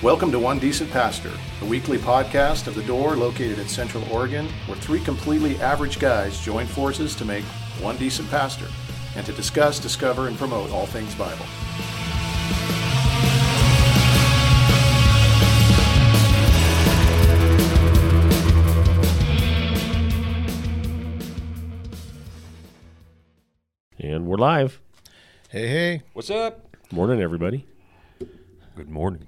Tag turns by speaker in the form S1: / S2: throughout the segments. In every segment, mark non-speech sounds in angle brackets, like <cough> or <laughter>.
S1: Welcome to One Decent Pastor, a weekly podcast of The Door located in Central Oregon, where three completely average guys join forces to make one decent pastor and to discuss, discover, and promote all things Bible.
S2: And we're live.
S3: Hey, hey.
S4: What's up?
S2: Morning, everybody. <laughs>
S4: Good morning.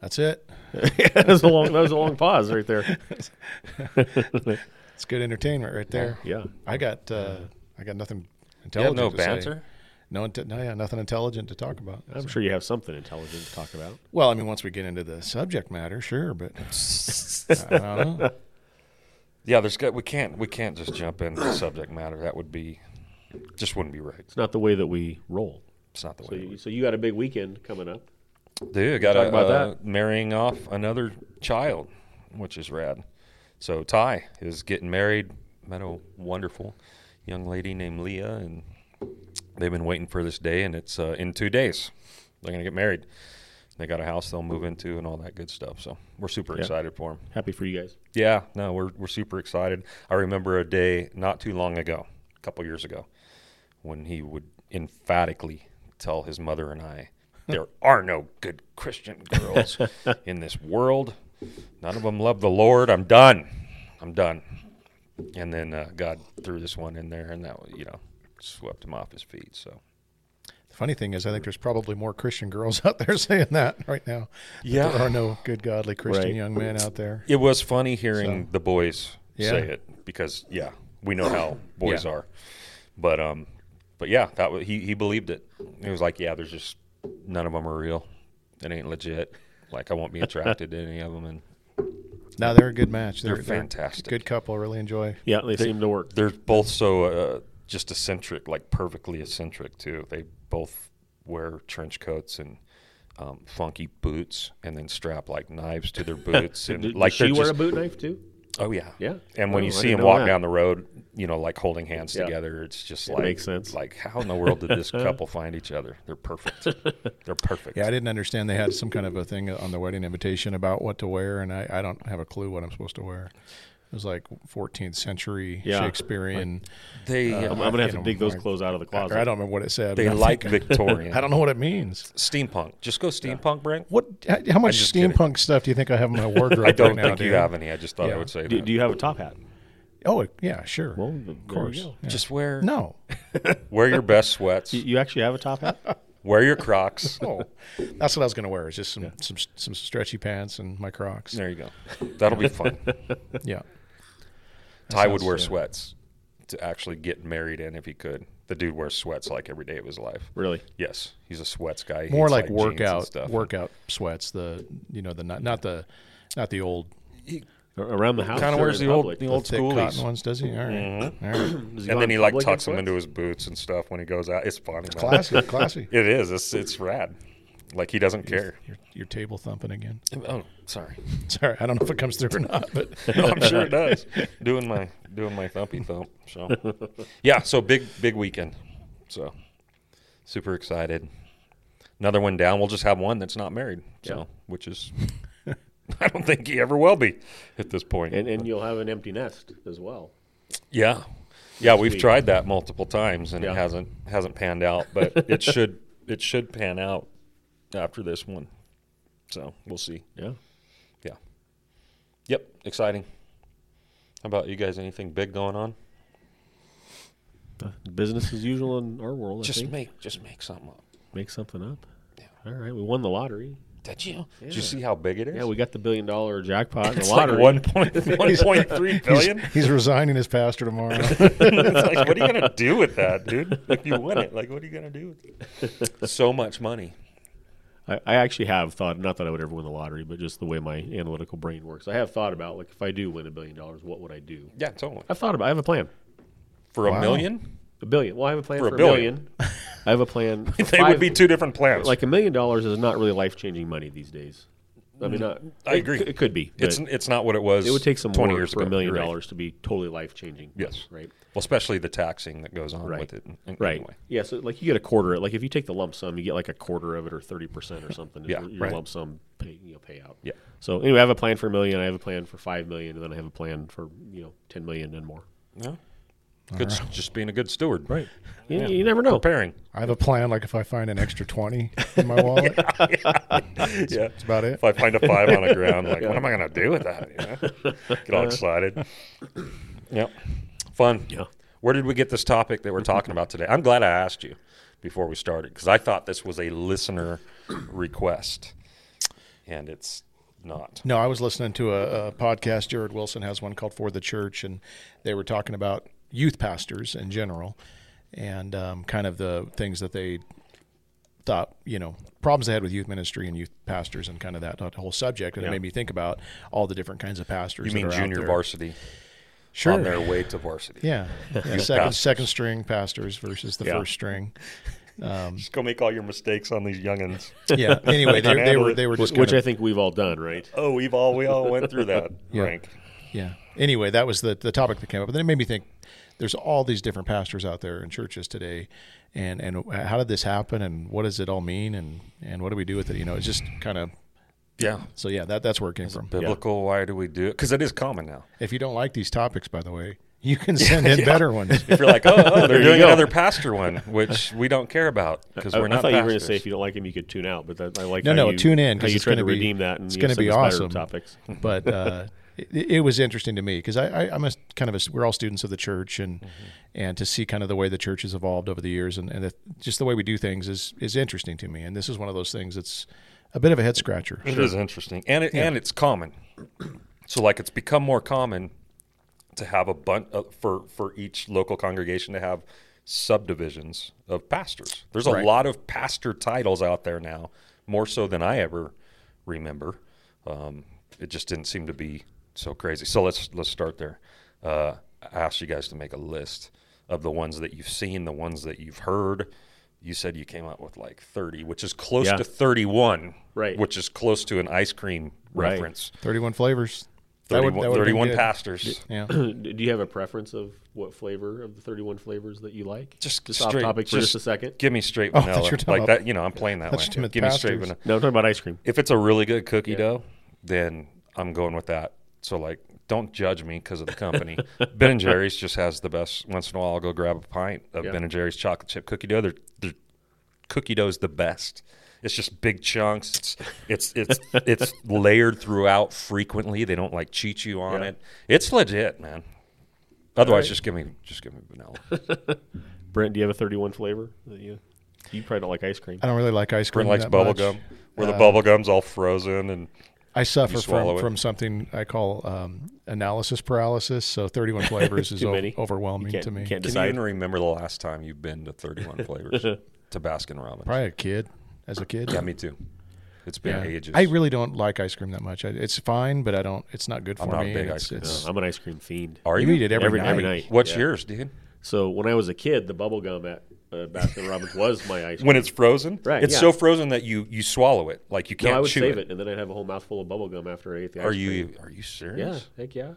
S3: That's it.
S2: that was a long. That was a long pause right there.
S3: It's good entertainment right there.
S2: Yeah.
S3: I got uh, I got nothing
S4: You have
S3: intelligent
S4: no
S3: to say.
S4: banter?
S3: No, inte- no, yeah, nothing intelligent to talk about.
S2: I'm sure you have something intelligent to talk about.
S3: Well, I mean, once we get into the subject matter, sure, but I don't know.
S4: Yeah, there's got we can't we can't just jump into the subject matter. That would be just wouldn't be right.
S2: It's not the way that we roll.
S4: It's not the
S2: So
S4: way.
S2: you, so you got a big weekend coming up.
S4: Dude, got to
S2: talk about
S4: uh,
S2: that.
S4: marrying off another child, which is rad. So Ty is getting married. Met a wonderful young lady named Leah, and they've been waiting for this day, and it's uh, in two days. They're gonna get married. They got a house they'll move into and all that good stuff. So we're super excited for them.
S2: Happy for you guys.
S4: Yeah, no, we're we're super excited. I remember a day not too long ago, a couple years ago, when he would emphatically tell his mother and I, "There are no good Christian girls in this world. None of them love the Lord. I'm done. I'm done." And then uh, God threw this one in there, and that you know swept him off his feet. So
S3: The funny thing is, I think there's probably more Christian girls <laughs> out there saying that right now. that
S4: Yeah.
S3: There are no good, godly Christian
S2: Right.
S3: young men out there.
S4: it was funny hearing the boys
S3: Yeah.
S4: say it because yeah, we know how boys are. But um, but yeah, that was, he he believed it. He was like, yeah, there's just none of them are real. It ain't legit. Like I won't be attracted to any of them, and
S3: No, they're a good match.
S4: They're fantastic.
S3: Good couple. Really enjoy.
S2: Yeah, they, seem to work.
S4: they're both so uh, just eccentric, like perfectly eccentric too. They both wear trench coats and. Um, funky boots, and then strap like knives to their boots, and
S2: Did,
S4: like
S2: does
S4: they're
S2: she wear
S4: just-
S2: a boot knife too?
S4: Oh yeah,
S2: Yeah.
S4: And when
S2: Oh,
S4: you
S2: I
S4: see
S2: didn't
S4: him
S2: know
S4: walk
S2: that.
S4: down the road, you know, like holding hands
S2: Yeah.
S4: together, it's just like
S2: makes sense.
S4: Like, how in the world did
S2: <laughs>
S4: this couple find each other? They're perfect. They're perfect.
S3: Yeah, I didn't understand they had some kind of a thing on the wedding invitation about what to wear, and I, I don't have a clue what I'm supposed to wear. It was like 14th century
S2: Yeah.
S3: Shakespearean.
S4: They
S2: Uh, I'm, I'm gonna have
S3: you
S2: to
S3: know,
S2: dig those
S3: like-
S2: clothes out of the
S3: or
S2: closet.
S3: I don't remember what it said.
S4: they
S3: but I
S4: like
S3: think-
S4: Victorian.
S2: <laughs>
S3: I don't know what it means.
S4: steampunk. Just go steampunk, Brent.
S3: What? How much
S4: just kidding.
S3: steampunk stuff do you think I have
S4: <laughs>
S3: in my wardrobe?
S4: I don't
S3: right
S4: think
S3: now,
S4: you
S3: dude?
S4: have any. I just thought I
S3: Yeah.
S4: would say
S2: do,
S4: that.
S2: do you have a top hat?
S3: Oh yeah, sure.
S2: Well, of
S3: course.
S4: just wear
S3: no.
S2: <laughs>
S4: wear your best sweats.
S2: You, you actually have a top hat?
S4: wear your Crocs. <laughs>
S3: Oh, that's what I was gonna wear. Is just some some some stretchy pants and my Crocs.
S4: There you go. That'll be
S2: <laughs>
S4: fun. <laughs>
S3: Yeah.
S4: Ty would wear
S3: yeah.
S4: sweats to actually get married in if he could. The dude wears sweats like every day of his life.
S2: <laughs> really?
S4: Yes, he's a sweats guy. He
S3: More like,
S4: hates, jeans and
S3: workout
S4: stuff.
S3: workout sweats. The you know the not not the not the old
S2: A- Around the house?
S4: kind of
S2: or
S4: wears
S2: in
S4: the old
S2: public?
S4: the old
S3: thick
S4: schoolies. Mm-hmm.
S3: cotton ones, does he? All right. All right.
S2: Does he go
S4: and then
S2: in
S4: he like
S2: public in
S4: tucks them
S2: sweats?
S4: into his boots and stuff when he goes out. It's funny. man.
S3: Classy, classy.
S4: It is. It's it's rad. Like he doesn't care.
S3: Your, your table thumping again. <laughs>
S4: Oh, sorry.
S3: Sorry, I don't know if it comes through or not, but
S4: No, <laughs> I'm sure it does. Doing my doing my thumpy thump. So yeah. So big big weekend. So super excited. Another one down. We'll just have one that's not married. So
S2: Yeah.
S4: which is. <laughs> I don't think he ever will be at this point.
S2: And, and you'll have an empty nest as well.
S4: Yeah, yeah, we've
S2: week.
S4: tried that multiple times and
S2: Yeah.
S4: it hasn't hasn't
S2: <laughs>
S4: panned out, but it should it should pan out after this one. So we'll see.
S2: Yeah.
S4: Yeah. Yep. Exciting. How about you guys? Anything big going on?
S2: Uh, Business as usual in our world. I
S4: just
S2: think.
S4: make just make something up.
S2: make something up.
S4: Yeah.
S2: All right, we won the lottery.
S4: Did you? Did you
S2: Yeah.
S4: see how big it is?
S2: Yeah, we got the billion dollar jackpot in the
S4: <laughs> it's
S2: lottery.
S4: like
S2: <laughs>
S4: one point one point three
S3: he's,
S4: billion.
S3: <laughs>
S4: <laughs>
S3: he's resigning as pastor <laughs> tomorrow.
S4: it's like, what are you gonna do with that, dude? Like you win it. Like what are you gonna do
S2: <laughs>
S4: with it? So much money.
S2: I, I actually have thought, not that I would ever win the lottery, but just the way my analytical brain works. I have thought about, like, if I do win a billion dollars, what would I do?
S4: Yeah, totally.
S2: I've thought about I have a plan.
S4: For a
S3: Wow.
S4: million,
S2: A billion. Well, I have a plan for,
S4: For a
S2: a billion. I have a plan. for
S4: <laughs> they
S2: five- <laughs>
S4: would be two different plans.
S2: Like, a million dollars is not really life changing money these days. I mean, not,
S4: Mm, I
S2: it
S4: agree.
S2: c- It, could be.
S4: It's
S2: but
S4: it's not what it was.
S2: it would take some
S4: 20
S2: work
S4: years
S2: for
S4: ago.
S2: a million
S4: You're right.
S2: dollars to be totally life changing.
S4: Yes.
S2: Right.
S4: Well, especially the taxing that goes on
S2: Right.
S4: with it. in- in-
S2: Right.
S4: anyway.
S2: Yeah. So like you get a quarter. Like if you take the lump sum, you get like a quarter of it or thirty percent or something. is
S4: Yeah,
S2: Your, your
S4: right.
S2: lump sum pay, you know, payout.
S4: Yeah.
S2: So anyway, I have a plan for a million. I have a plan for five million, and then I have a plan for you know ten million and more.
S4: No. Good. s- Just being a good steward. Right.
S2: You, you never know.
S4: Preparing.
S3: I have a plan. Like if I find an extra twenty in my
S4: <laughs>
S3: wallet, that's
S4: Yeah.
S3: about it.
S4: If I find a five on the ground, like, what am I going to do with that? You know? Get all excited. yep. Fun.
S2: Yeah.
S4: Where did we get this
S2: <laughs>
S4: topic that we're talking about today? I'm glad I asked you before we started because I thought this was a listener request, and it's not.
S3: No, I was listening to a, a podcast. Jared Wilson has one called For the Church, and they were talking about youth pastors in general and um, kind of the things that they thought, you know, problems they had with youth ministry and youth pastors and kind of that whole subject. And it made me think about all the different kinds of pastors.
S4: You
S3: that
S4: mean
S3: are out
S4: junior
S3: there.
S4: varsity
S3: Sure.
S4: on their way to varsity?
S2: <laughs>
S3: Yeah. yeah. Second,
S4: pastors.
S3: second string pastors versus the
S2: Yeah. <laughs>
S3: first string.
S4: Just go make all your mistakes on these youngins.
S3: Yeah. Anyway, they, they
S4: handle
S3: were
S4: it.
S3: they were just
S2: Which
S3: kind
S2: I
S3: of-
S2: think we've all done, right?
S4: oh, we've all we all went through that
S3: Yeah.
S4: rank.
S3: Yeah. Anyway, that was the, the topic that came up. But then it made me think there's all these different pastors out there in churches today. And, and how did this happen? And what does it all mean? And, and what do we do with it? You know, it's just kind of,
S4: Yeah.
S3: so yeah, that, that's where it came from.
S4: Biblical. Why do we do it? Because it is common now.
S3: If you don't like these topics, by the way, you can <laughs> send in better ones.
S4: If you're like, oh, <laughs> oh they're
S2: you
S4: doing
S2: go.
S4: another pastor one, which we don't care about because
S2: I,
S4: we're
S2: I
S4: not.
S2: thought you were going to say
S4: pastors.
S2: if you don't like him, you could tune out. But that, I like
S3: No,
S2: how
S3: no,
S2: you,
S3: tune in,
S2: How
S3: 'cause
S2: you
S3: it's
S2: tried
S3: gonna
S2: to
S3: be-
S2: redeem that, and
S3: it's
S2: you know,
S3: gonna
S2: send
S3: be
S2: us better
S3: awesome.
S2: Topics.
S3: <laughs> but uh, it, it was interesting to me because I, I, I'm a kind of a, we're all students of the church and and to see kind of the way the church has evolved over the years and, and the, just the way we do things is is interesting to me and this is one of those things that's a bit of a head scratcher.
S4: It is interesting, and it, and it's common. So like, it's become more common to have a bunch uh, for for each local congregation to have subdivisions of pastors. There's a
S3: Right.
S4: lot of pastor titles out there now, more so than I ever remember. Um, it just didn't seem to be so crazy. So let's let's start there. Uh, I asked you guys to make a list of the ones that you've seen, the ones that you've heard. You said you came up with like 30, which is close
S2: Yeah.
S4: to 31,
S2: Right.
S4: Which is close to an ice cream
S2: Right.
S4: reference.
S3: Thirty one flavors. That
S4: 31,
S3: would- that would have been
S4: 31
S3: good.
S4: pastors.
S2: <clears throat>
S3: Yeah.
S2: do you have a preference of what flavor of the 31 flavors that you like?
S4: Just,
S2: just
S4: straight,
S2: off topic for just a second.
S4: Give me straight
S3: Oh, I thought
S4: vanilla.
S3: you were talking
S4: like
S3: about-
S4: that, you know, I'm playing that
S3: I thought you
S4: one.
S3: meant
S4: Give me straight
S3: pastors.
S4: vanilla.
S2: No, I'm talking about ice cream.
S4: If it's a really good cookie dough, then I'm going with that. So like, don't judge me because of the company. <laughs> ben and Jerry's just has the best. Once in a while, I'll go grab a pint of
S2: Yeah.
S4: Ben and Jerry's chocolate chip cookie dough. Their, their cookie dough's the best. It's just big chunks. It's
S2: <laughs>
S4: it's it's it's layered throughout frequently. They don't like cheat you on
S2: Yeah.
S4: it. It's legit, man. Otherwise, just give me just give me
S2: <laughs>
S4: vanilla.
S2: Brent, do you have a 31 flavor that you? You probably don't like ice cream.
S3: I don't really like ice cream.
S4: Brent likes
S3: that
S4: bubble
S3: much.
S4: gum, where
S2: Uh,
S4: the bubble gum's all frozen and
S3: I suffer
S4: You swallow
S3: from,
S4: it.
S3: from something I call um, analysis paralysis. So
S4: <laughs>
S3: 31 flavors is
S2: Too
S3: o-
S2: many.
S3: overwhelming
S2: can't,
S3: to me.
S2: Can't
S4: Can you
S2: decide.
S4: even remember the last time you've been
S2: <laughs>
S4: to 31 Flavors to Baskin Robbins?
S3: Probably a kid, as a kid.
S4: Yeah, me too. It's been
S3: Yeah.
S4: ages.
S3: I really don't like ice cream that much. I, it's fine, but I don't. It's not good for
S4: I'm not a
S3: me.
S4: big
S3: it's,
S4: ice cream
S3: it's-
S2: No, I'm an ice cream fiend.
S4: Are
S3: you
S4: you?
S3: eat it every,
S2: Every-
S3: night.
S2: every night.
S4: What's
S2: Yeah.
S4: yours, dude?
S2: So when I was a kid, the bubble gum at uh, Baskin Robbins was my ice cream.
S4: When it's frozen,
S2: Right,
S4: It's
S2: yeah.
S4: so frozen that you you swallow it, like you
S2: No,
S4: can't
S2: I would
S4: chew
S2: save it. and then I'd have a whole mouthful of bubble gum after I ate the ice
S4: Are
S2: cream.
S4: you are you
S2: Yeah,
S4: serious?
S2: heck yeah,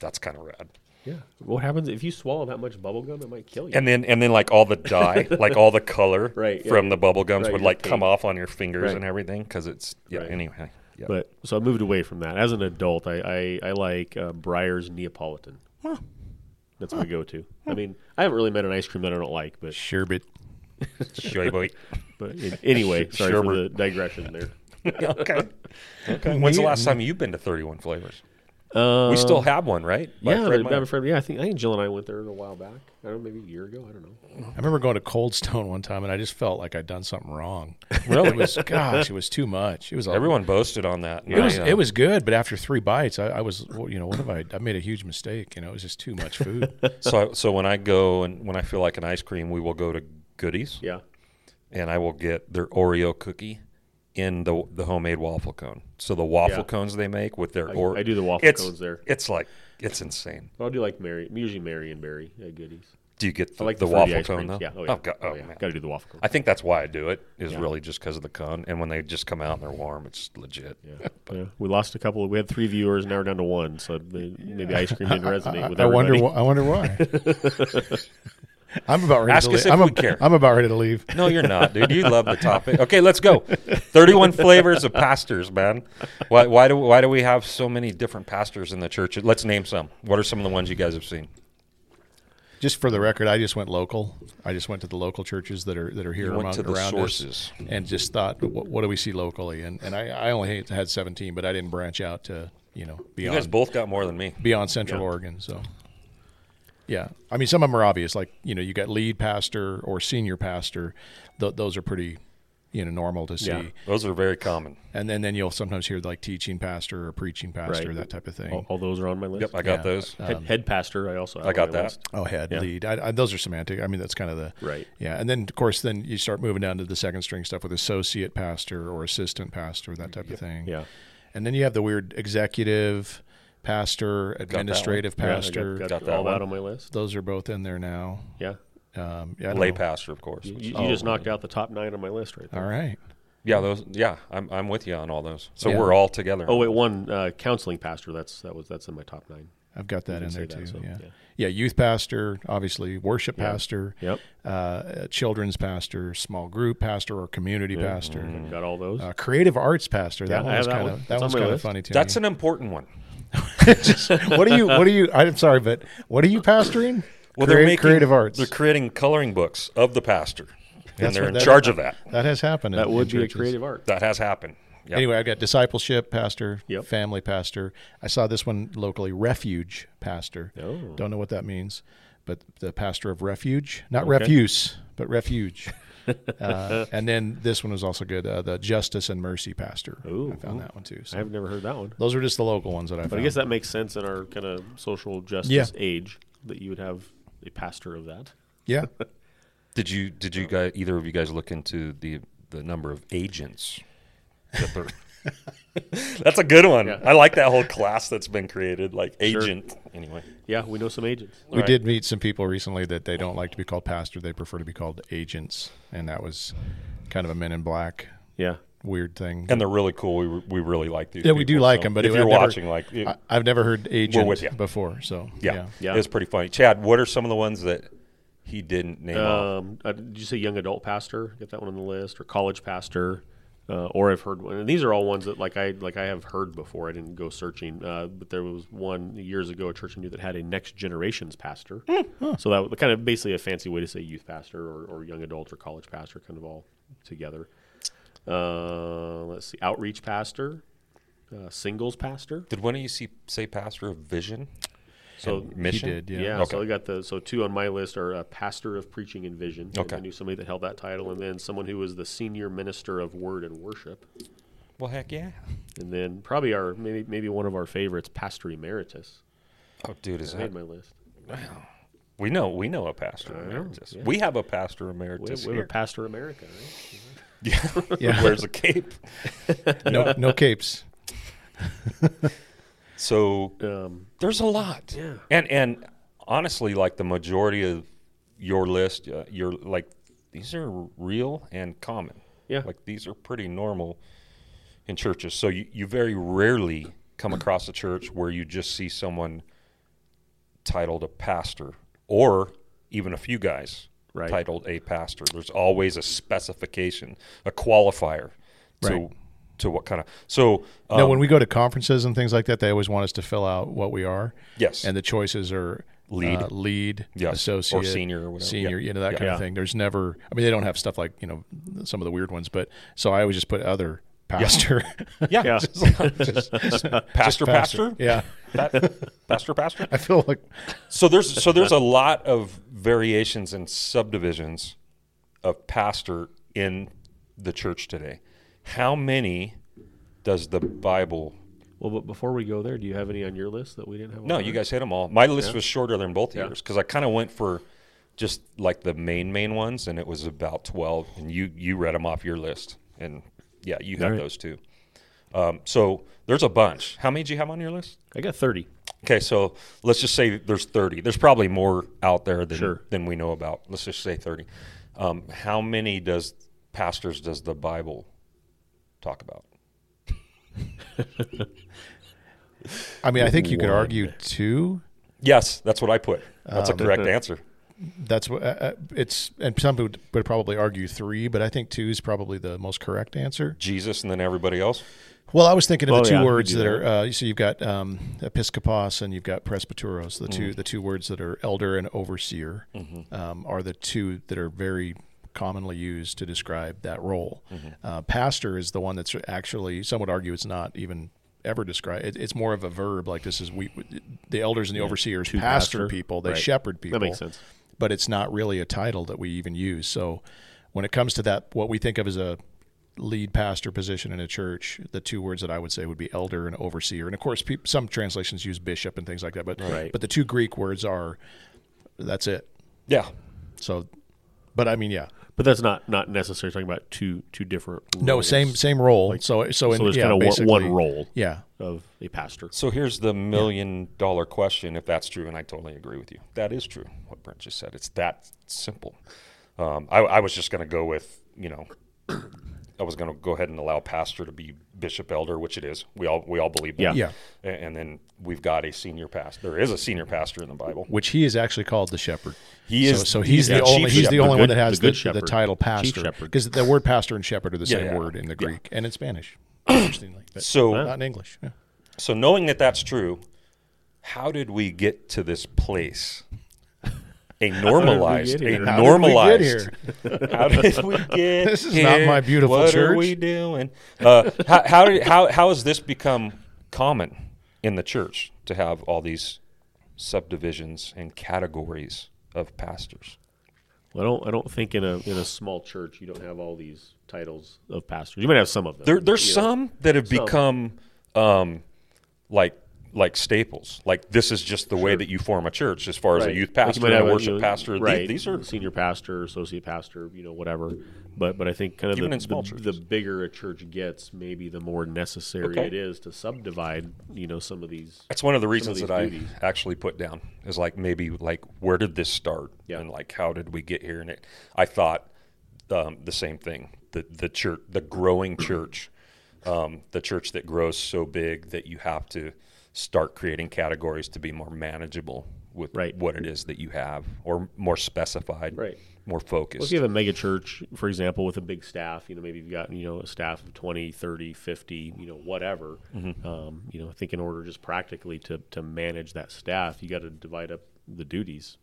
S4: That's kind of rad.
S2: yeah. What happens if you swallow that much bubble gum? It might kill you.
S4: And then and then like all
S2: <laughs>
S4: the dye, like all the color
S2: Right, yeah.
S4: from the bubble gums
S2: Right,
S4: would
S2: you
S4: like
S2: just
S4: come
S2: can't-
S4: off on your fingers
S2: Right.
S4: and everything because it's yeah.
S2: Right.
S4: Anyway, yeah.
S2: But so I moved away from that. As an adult, I I, I like uh, Breyer's Neapolitan. That's my go-to. I mean, I haven't really met an ice cream that I don't like, but
S3: Sherbet.
S2: <laughs>
S4: Joy boy. <laughs>
S2: but it, anyway, sorry for the
S4: Sherbert.
S2: digression there.
S4: okay.
S2: <laughs>
S4: Okay. When's the last time you've been to 31 Flavors?
S2: Uh,
S4: we still have one, right? By
S2: yeah,
S4: Fred
S2: Fred
S4: Meyer.
S2: yeah, I think I think Jill and I went there a while back. I don't know, maybe a year ago. I don't know.
S3: I remember going to Cold Stone one time, and I just felt like I'd done something
S4: <laughs>
S3: wrong.
S4: Really?
S3: It was gosh, it was too much.
S2: Oh.
S3: It was all-
S4: Everyone boasted on that.
S3: It was it was good, but after three bites, I, I was well, you know what have I? I made a huge mistake. You know, it was just too much
S4: <laughs>
S3: food.
S4: so so when I go and when I feel like an ice cream, we will go to Goodies
S2: Yeah,
S4: and I will get their Oreo cookie in the the homemade waffle cone. So the waffle
S2: Yeah.
S4: cones they make with their Oreo.
S2: I do the waffle
S4: it's,
S2: cones there.
S4: It's like it's insane.
S2: But I do like Mary, usually Mary and Berry at Goodies.
S4: Do you get the,
S2: I like
S4: the,
S2: the,
S4: waffle
S2: ice
S4: cone
S2: creams.
S4: though?
S2: Yeah. Oh yeah.
S4: go- oh, man.
S2: Got to do the
S4: <laughs>
S2: waffle cone.
S4: I think that's why I do it. Is really just because of the cone, and when they just come out and they're warm, it's legit.
S2: yeah. Yeah. We lost a couple. We had three viewers, and now we're down to one. So may- maybe ice cream didn't
S4: <laughs>
S2: resonate with
S3: I wonder.
S2: everybody.
S3: wh- I wonder why. I'm about ready.
S4: Ask
S3: to
S4: us
S3: leave.
S4: if
S3: I'm,
S4: we care.
S3: I'm about ready to leave.
S4: <laughs> No, you're not, dude. You love the topic. Okay, let's go. Thirty-one <laughs> flavors of pastors, man. Why, why do why do we have so many different pastors in the church? Let's name some. What are some of the ones you guys have seen?
S3: Just for the record, I just went local. I just went to the local churches that are that are here
S4: You went
S3: among-
S4: to the
S3: around
S4: sources.
S3: us, and just thought, what, what do we see locally? And and I, I only had- had 17, but I didn't branch out to you know
S4: You
S3: beyond
S4: guys both got more than me.
S3: beyond Central Oregon. So, yeah, I mean, some of them are obvious. Like you know, you got lead pastor or senior pastor. Th- those are pretty you know normal to see.
S2: Yeah.
S4: Those are very common.
S3: And then then you'll sometimes hear like teaching pastor or preaching pastor
S2: Right. Oh,
S3: that type of thing.
S2: All, all those are on my list.
S4: Yep, I got
S3: Yeah.
S4: those.
S2: head, head pastor. I also. Have
S4: I
S2: on
S4: got
S2: my
S4: that.
S2: list.
S3: Oh, head
S2: Yeah.
S3: lead. I, I, those are semantic. I mean, that's kind of the
S2: Right.
S3: Yeah, and then of course, then you start moving down to the second string stuff with associate pastor or assistant pastor, that type of thing.
S2: Yeah.
S3: and then you have the weird executive pastor, administrative
S2: Yeah, I got-
S3: pastor.
S2: Got,
S4: Got that
S2: all that
S4: one.
S2: on my list.
S3: Those are both in there now.
S2: Yeah.
S3: Um, yeah, I don't
S4: Lay
S3: know. Oh.
S4: pastor, of course.
S2: You,
S4: which-
S2: you just knocked out the top nine on my list right there.
S3: All right.
S4: Yeah, those. Yeah, I'm I'm with you on all those. So
S3: Yeah.
S4: we're all together.
S2: Oh wait, one uh, counseling pastor. That's that was that's in my top nine.
S3: I've got that in
S2: say
S3: there
S2: that,
S3: too.
S2: so,
S3: yeah.
S2: yeah.
S3: yeah. Youth pastor, obviously, worship pastor,
S2: Yep.
S3: uh, uh, children's pastor, small group pastor or community pastor,
S2: Got all those.
S3: uh, creative arts pastor. That
S2: Mm-hmm. Yeah, I
S3: one
S2: have
S3: was
S2: that
S3: kind
S2: one.
S3: of
S2: It's
S3: that
S2: on
S3: one's
S2: my
S3: kind of
S2: list.
S3: funny too.
S4: that's an important one.
S3: <laughs> what are you? What are you? I'm sorry, but what are you pastoring?
S4: Well,
S3: Creat-
S4: they're making
S3: creative arts.
S4: They're creating coloring books of the pastor, and
S3: That's
S4: they're
S3: what
S4: in
S3: that-
S4: charge of that.
S3: that has happened. in-
S2: that would
S3: in
S2: be a
S3: churches.
S2: creative art.
S4: That has happened. Yeah.
S3: Anyway, I've got discipleship pastor,
S2: Yep.
S3: family pastor. I saw this one locally, refuge pastor.
S2: Oh.
S3: Don't know what that means, but the pastor of refuge, not refuse, but
S2: <laughs>
S3: refuge. uh, and then this one was also good, uh, the justice and mercy pastor.
S2: Ooh.
S3: I found that one too. So
S2: I've never heard that one.
S3: those are just the local ones that I
S2: But
S3: found.
S2: I guess that makes sense in our kind of social justice
S3: Yeah.
S2: age that you would have a pastor of that.
S3: yeah,
S4: Did you did you guys either of you guys look into the the number of agents? that they're- <laughs> that's a good one. I like that whole class that's been created, like agent. Anyway,
S2: Yeah, we know some agents.
S3: we did meet some people recently that they don't like to be called pastor; they prefer to be called agents, and that was kind of a Men in Black
S2: Yeah.
S3: weird thing.
S4: and they're really cool. We, we really like these.
S3: yeah, we do
S4: people,
S3: like
S4: so
S3: them, but
S4: if
S3: it-
S4: you're
S3: I've never-
S4: watching, like, it-
S3: I, have never heard agent
S4: with ya.
S3: before, so
S4: yeah,
S2: Yeah.
S4: it's pretty funny. Chad, what are some of the ones that he didn't name? off?
S2: Um, uh, did you say young adult pastor? Get that one on the list, or college pastor, uh, or I've heard one. And these are all ones that like I like I have heard before. I didn't go searching, uh, but there was one years ago a church I knew that had a next generations pastor. So that was kind of basically a fancy way to say youth pastor or, or young adult or college pastor, kind of all together. Uh, let's see, outreach pastor, uh, singles pastor.
S4: Did one of you see say pastor of vision?
S2: So
S4: Mission.
S3: did,
S2: Yeah. So I got the so two on my list are a pastor of preaching and vision. and
S4: Okay.
S2: I knew somebody that held that title, and then someone who was the senior minister of word and worship,
S4: Well, heck yeah.
S2: and then probably our maybe maybe one of our favorites, pastor emeritus.
S4: Oh, dude, is
S2: I made
S4: that
S2: my list.
S4: we know we know a pastor emeritus. We have a pastor
S2: We have,
S4: emeritus
S2: we have
S4: here.
S2: a pastor America. Right?
S4: <laughs>
S3: Yeah.
S4: Wears a cape.
S3: no, no
S4: <laughs>
S3: capes.
S4: So
S2: Um,
S4: there's a lot.
S2: Yeah.
S4: And and honestly, like the majority of your list, uh, you're like these are real and common.
S2: Yeah.
S4: Like these are pretty normal in churches. So you, you very rarely come across a church where you just see someone titled a pastor or even a few guys
S2: Right.
S4: titled a pastor. There's always a specification, a qualifier to
S3: Right.
S4: to what kind of so um,
S3: no, when we go to conferences and things like that, they always want us to fill out what we are.
S4: Yes.
S3: and the choices are
S4: Lead.
S3: uh, lead,
S4: Yes, or
S3: associate,
S4: senior or whatever.
S3: senior,
S4: Yeah.
S3: you know that kind
S2: Yeah.
S3: of thing. There's never. I mean, they don't have stuff like you know some of the weird ones, but so I always just put <laughs> other pastor.
S4: yeah,
S2: Yeah.
S4: <laughs> just- just <laughs> pastor, pastor
S3: yeah,
S4: That- pastor pastor
S3: I feel like
S4: so there's so there's a lot of variations and subdivisions of pastor in the church today how many does the bible
S2: well, but before we go there, do you have any on your list that we didn't have? on
S4: no
S2: our
S4: you
S2: list?
S4: guys hit them all my list was shorter than both of yours because i kind of went for just like the main main ones and it was about 12 and you you read them off your list and yeah you had
S2: Alright.
S4: those too Um, so there's a bunch. How many do you have on your list?
S2: I got 30.
S4: Okay, so let's just say there's 30. There's probably more out there than
S2: Sure.
S4: than we know about. Let's just say 30. Um, how many does pastors does the Bible talk about?
S3: I mean, I think you could
S2: One.
S3: argue two.
S4: Yes, that's what I put. That's a correct answer.
S3: That's what uh, uh, it's, and some would, would probably argue three, but I think two is probably the most correct answer.
S4: Jesus and then everybody else.
S3: Well, I was thinking of
S2: Well,
S3: the two
S2: yeah, we
S3: words
S2: do
S3: that
S2: that.
S3: are uh, so you've got um, episkopos and you've got presbyteros. The two the two words that are elder and overseer
S2: Mm-hmm.
S3: um, are the two that are very commonly used to describe that role.
S2: Mm-hmm.
S3: Uh, pastor is the one that's actually some would argue it's not even ever described. It, it's more of a verb like this is we the elders and the overseers
S2: to
S3: pastor,
S2: pastor.
S3: people they
S2: Right.
S3: shepherd people.
S2: makes sense.
S3: But it's not really a title that we even use. So when it comes to that, what we think of as a lead pastor position in a church, the two words that I would say would be elder and overseer. And of course, peop some translations use bishop and things like that. But
S2: Right.
S3: but the two Greek words are that's it.
S4: Yeah.
S3: So, but I mean, yeah,
S2: But that's not not necessarily talking about two two different
S3: no,
S2: roles
S3: same same role. so so, in,
S2: so there's
S3: yeah,
S2: kind of
S3: basically-
S2: one role
S3: Yeah,
S2: of a pastor.
S4: So here's the million dollar question if that's true, and I totally agree with you. That is true, what Brent just said. It's that simple. Um, I, I was just going to go with, you know, <clears throat> I was going to go ahead and allow pastor to be bishop elder, which it is. We all we all believe that.
S2: Yeah.
S3: Yeah.
S4: A- And, then we've got a senior pastor. There is a senior pastor in the Bible.
S3: which he is actually called the shepherd.
S4: He
S3: so,
S4: is.
S3: so he's, the,
S4: chief
S3: only he's the only
S4: shepherd.
S2: The
S3: one
S2: good-
S3: that has
S2: the
S3: the,
S2: good
S3: the,
S2: shepherd.
S3: title
S2: Chief
S3: pastor
S2: shepherd.
S3: because the word pastor and shepherd are the same
S4: yeah.
S3: word in the Greek and in
S4: <clears throat>
S3: Spanish, interestingly, but
S4: So
S3: not in English. Yeah.
S4: So knowing that that's true, how did we get to
S3: <laughs>
S4: this place? A normalized,
S2: get
S4: a
S2: here?
S3: How did we get
S4: normalized. <laughs> How
S3: <laughs>
S4: did we get?
S3: This is not
S4: here?
S3: my beautiful
S4: what are
S3: church.
S4: we doing? Uh, how, how did how how has this become common in the church to have all these subdivisions and categories of pastors?
S2: I don't I don't think in a in a small church you don't have all these titles of pastors. You might have some of them.
S4: There, there's
S2: you know.
S4: some that have become um, like like staples. Like this is just the way that you form a church, as far as a
S2: Right. Like,
S4: youth
S2: you
S4: pastor
S2: might
S4: and a
S2: have
S4: worship
S2: you know,
S4: pastor. The-
S2: Right.
S4: These are
S2: senior pastor, associate pastor, you know, whatever. But but I think kind of
S4: Even
S2: the,
S4: in small
S2: the,
S4: churches.
S2: the bigger a church gets, maybe the more necessary
S4: Okay.
S2: it is to subdivide. You know, some of these.
S4: That's one of the reasons
S2: these
S4: that I
S2: duties.
S4: actually put down is like maybe like where did this start
S2: Yeah.
S4: and like how did we get here? And it, I thought um, the same thing. The the church, the
S2: <clears throat>
S4: growing church, um, the church that grows so big that you have to start creating categories to be more manageable with
S2: Right.
S4: what it is that you have, or more specified,
S2: Right.
S4: more focused.
S2: Well, if you have a mega church, for example, with a big staff, you know, maybe you've got, you know, a staff of 20, 30, 50, you know, whatever, um, you know, I think in order just practically to, to manage that staff, you got to divide up the duties.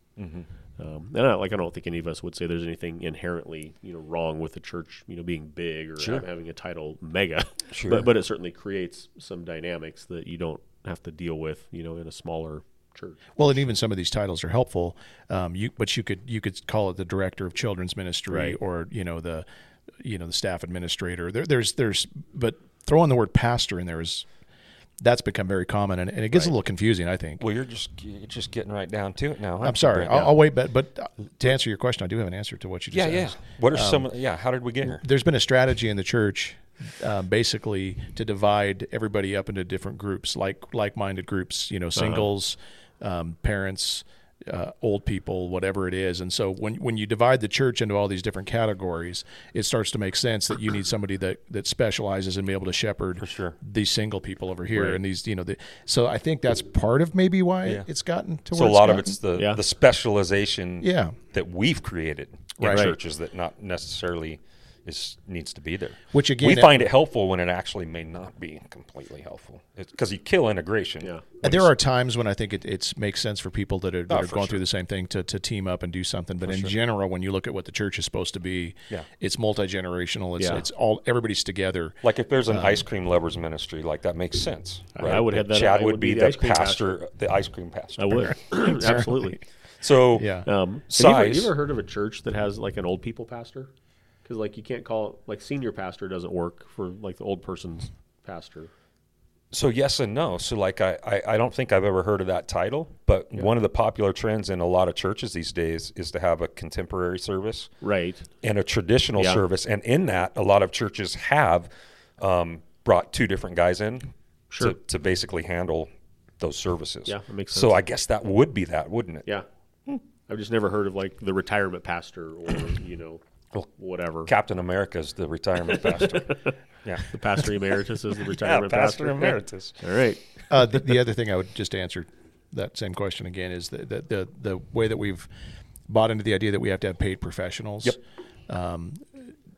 S2: Um, and I, like, I don't think any of us would say there's anything inherently, you know, wrong with the church, you know, being big or having a title mega, <laughs>
S4: Sure.
S2: but, but it certainly creates some dynamics that you don't have to deal with, you know, in a smaller church.
S3: Well, and even some of these titles are helpful. Um, you, but you could you could call it the director of children's ministry, or you know the, you know the staff administrator. There, there's there's but throwing the word pastor in there is, that's become very common, and, and it gets a little confusing. I think.
S4: well, you're just you're just getting right down to it now.
S3: I'm sorry. I'll,
S4: Yeah,
S3: I'll wait, but but uh, to answer your question, I do have an answer to what you
S4: yeah,
S3: just
S4: yeah.
S3: asked.
S4: What are
S2: Um,
S4: some? of- Yeah, how did we get here?
S3: There's been a strategy in the church, uh, basically, to divide everybody up into different groups, like like-minded groups. You know,
S4: Uh-huh.
S3: singles, um, parents, uh, old people, whatever it is. And so when when you divide the church into all these different categories, it starts to make sense that you need somebody that that specializes in being able to shepherd
S4: sure.
S3: these single people over here and these you know. The, so I think that's part of maybe why it's gotten to
S4: So
S3: where
S4: a lot of
S3: gotten.
S4: it's the
S2: Yeah.
S4: the specialization
S3: Yeah.
S4: that we've created in
S3: Right.
S4: churches that not necessarily is needs to be there.
S3: Which again-
S4: we find it helpful when it actually may not be completely helpful because you kill integration.
S2: Yeah.
S3: And there are times when I think it it's, makes sense for people that are, that
S4: Oh,
S3: are
S4: for
S3: going
S4: sure.
S3: through the same thing to, to team up and do something. But in general, when you look at what the church is supposed to be,
S4: Yeah.
S3: it's multi generational. It's
S2: Yeah.
S3: it's all everybody's together.
S4: Like if there's an
S3: Uh-huh.
S4: ice cream lovers ministry, like that makes sense.
S2: I would have that-
S4: Chad
S2: I
S4: would,
S2: would
S4: be,
S2: be the
S4: the
S2: ice cream
S4: pastor, the ice cream pastor.
S2: I would. <clears throat> Absolutely.
S4: So
S3: Yeah.
S2: Um,
S4: Size.
S2: Have you, ever, you ever heard of a church that has like an old people pastor? Because like you can't call it like senior pastor doesn't work for like the old person's pastor.
S4: So yes and no. So like I, I, I don't think I've ever heard of that title, but one of the popular trends in a lot of churches these days is to have a contemporary service.
S2: Right.
S4: and a traditional
S2: Yeah.
S4: service. And in that, a lot of churches have um, brought two different guys in
S2: Sure.
S4: to, to basically handle those services.
S2: Yeah, that makes
S4: So
S2: sense.
S4: I guess that would be that, wouldn't it?
S2: Yeah.
S4: Hmm.
S2: I've just never heard of like the retirement pastor or, you know, whatever.
S4: Captain America's the
S2: <laughs>
S4: retirement pastor. yeah.
S2: the pastor emeritus is the
S4: <laughs> Yeah,
S2: retirement
S4: pastor emeritus.
S2: All right.
S3: Uh, the, the other thing I would just answer that same question again is that the, the the way that we've bought into the idea that we have to have paid professionals. um,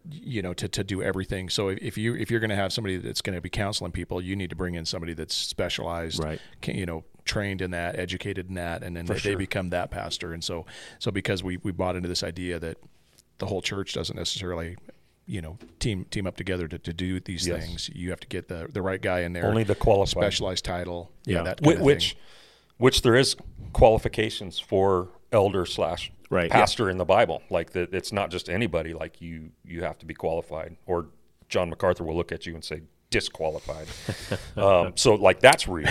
S4: Yep.
S3: you know to, to do everything so if- if you if you're going to have somebody that's going to be counseling people you need to bring in somebody that's specialized
S2: Right.
S3: can, you know trained in that educated in that and then they, they become that pastor and so so because we we bought into this idea that the whole church doesn't necessarily you know team team up together to, to do these
S4: Yes.
S3: things you have to get the the right guy in there
S4: Only the qualified.
S3: specialized title yeah,
S2: Yeah.
S3: that kind
S4: Whi-
S3: of
S4: which,
S3: thing.
S4: which there is qualifications for elder slash
S2: Right.
S4: pastor in the Bible. Like that, it's not just anybody. Like you, you have to be qualified. Or John MacArthur will look at you and say disqualified. um, so like that's real.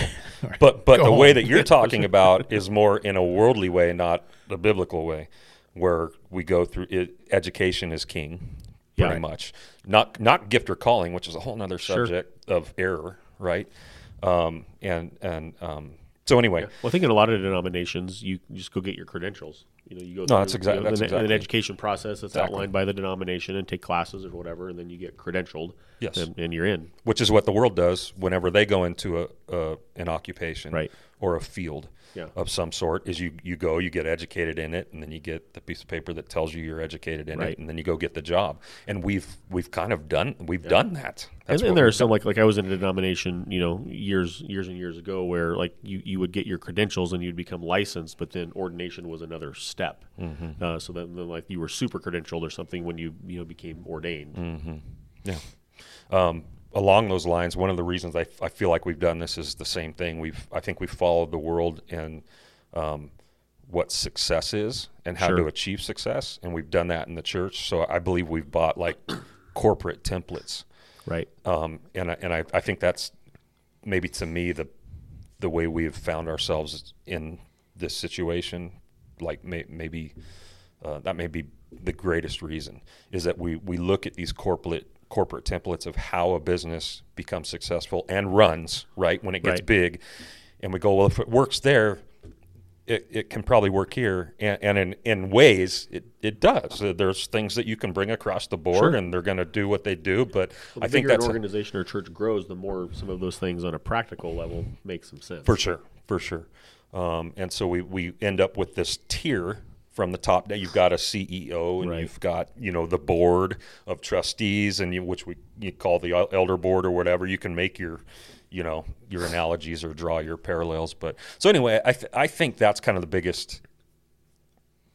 S4: But but the way that you're talking about is more in a worldly way, not the biblical way, where we go through it, education is king. Pretty
S2: Yeah.
S4: much, not not gift or calling, which is a whole nother subject of error, right? Um, and and um, so anyway,
S2: Well, I think in a lot of denominations, you you just go get your credentials. You know, you go
S4: No, that's exact-
S2: you
S4: that's
S2: an,
S4: exactly.
S2: an education process that's outlined by the denomination and take classes or whatever, and then you get credentialed.
S4: Yes.
S2: and, and you're in.
S4: which is what the world does whenever they go into a, a an occupation
S2: Right.
S4: or a field
S2: Yeah.
S4: of some sort is you you go you get educated in it and then you get the piece of paper that tells you you're educated in
S2: Right.
S4: it and then you go get the job and we've we've kind of done we've done that
S2: And, and
S4: that's what
S2: there
S4: we-
S2: are some like like I was in a denomination, you know, years years and years ago, where like you, you would get your credentials and you'd become licensed, but then ordination was another step.
S4: Mm-hmm.
S2: Uh, so then, then like you were super credentialed or something when you you know became ordained.
S4: Mm, Yeah. Um, along those lines, one of the reasons I, I feel like we've done this is the same thing. We've I think we've followed the world in um, what success is and how to
S2: Sure.
S4: achieve success, and we've done that in the church. So I believe we've bought like corporate templates,
S2: Right.
S4: um, and I, and I, I think that's maybe to me the the way we have found ourselves in this situation. Like may, maybe uh, that may be the greatest reason is that we, we look at these corporate corporate templates of how a business becomes successful and runs right when it gets
S2: Right.
S4: big, and we go well if it works there, it, it can probably work here and, and in, in ways it, it does. There's things that you can bring across the board and they're going to do what they do, but
S2: Well, the
S4: I
S2: bigger
S4: think that's
S2: an organization or church grows, the more some of those things on a practical level make some sense.
S4: For sure, for sure. Um, and so we, we end up with this tier from the top that you've got a CEO and
S2: Right.
S4: you've got you know the board of trustees and you, which we you call the el- elder board or whatever. You can make your you know your analogies or draw your parallels. But so anyway, I th- I think that's kind of the biggest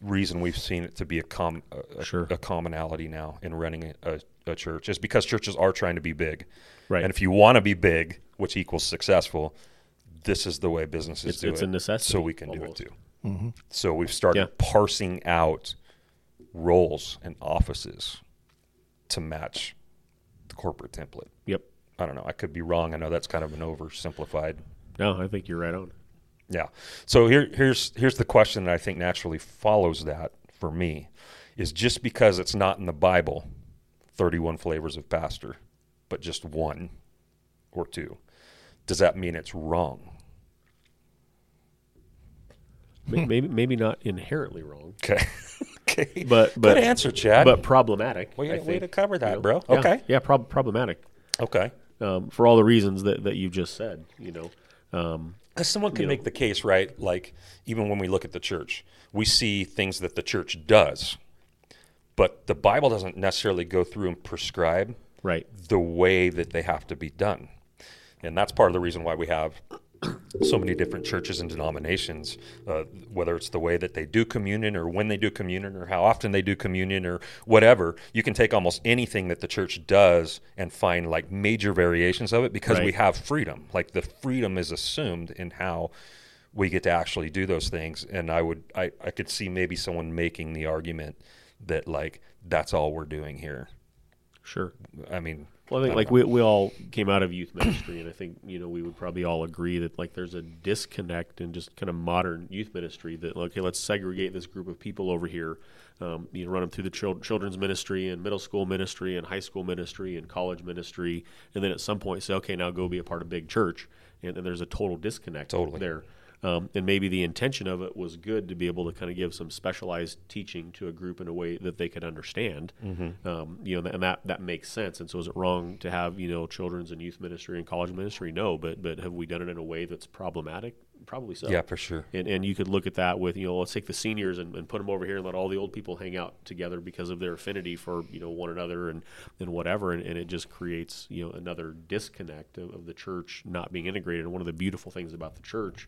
S4: reason we've seen it to be a com a, a-
S2: Sure.
S4: a commonality now in running a, a, a church is because churches are trying to be big,
S2: Right.
S4: And if you want to be big, which equals successful, this is the way businesses
S2: It's-
S4: do
S2: it's
S4: it.
S2: a necessity,
S4: so we can
S2: almost.
S4: do it too. So we've started
S2: Yeah.
S4: parsing out roles and offices to match the corporate template.
S2: Yep.
S4: I don't know. I could be wrong. I know that's kind of an oversimplified
S2: No, I think you're right on.
S4: yeah. So here, here's here's the question that I think naturally follows that for me is just because it's not in the Bible, 31 flavors of pastor, but just one or two, does that mean it's wrong? Hmm.
S2: May- Maybe maybe not inherently wrong,
S4: Okay. <laughs> okay.
S2: but but
S4: good answer, Chad.
S2: But problematic.
S4: way,
S2: I
S4: to, way
S2: think,
S4: to cover that,
S2: you know?
S4: bro.
S2: Yeah,
S4: Okay.
S2: Yeah, prob- problematic
S4: Okay.
S2: um, for all the reasons that that you just said. You know. Um,
S4: Because someone can make the case, right? Like, even when we look at the church, we see things that the church does, but the Bible doesn't necessarily go through and prescribe
S2: right.
S4: the way that they have to be done. And that's part of the reason why we have so many different churches and denominations, uh, whether it's the way that they do communion or when they do communion or how often they do communion or whatever. You can take almost anything that the church does and find like major variations of it because we
S2: Right.
S4: have freedom. Like the freedom is assumed in how we get to actually do those things. And I would, I, I could see maybe someone making the argument that like that's all we're doing here
S2: Sure.
S4: I mean,
S2: Well, I think like we, we all came out of youth ministry, and I think you know we would probably all agree that like there's a disconnect in just kind of modern youth ministry that okay, let's segregate this group of people over here, um, you know, run them through the chil- children's ministry and middle school ministry and high school ministry and college ministry, and then at some point say okay, now go be a part of big church, and, and there's a total disconnect
S4: Totally.
S2: there. Um, and maybe the intention of it was good to be able to kind of give some specialized teaching to a group in a way that they could understand. Um, you know, and that that makes sense. And so, is it wrong to have you know children's and youth ministry and college ministry? No, but but have we done it in a way that's problematic? Probably so.
S4: yeah, for sure.
S2: And, and you could look at that with you know let's take the seniors and, and put them over here and let all the old people hang out together because of their affinity for you know one another and and whatever and, and it just creates you know another disconnect of, of the church not being integrated and one of the beautiful things about the church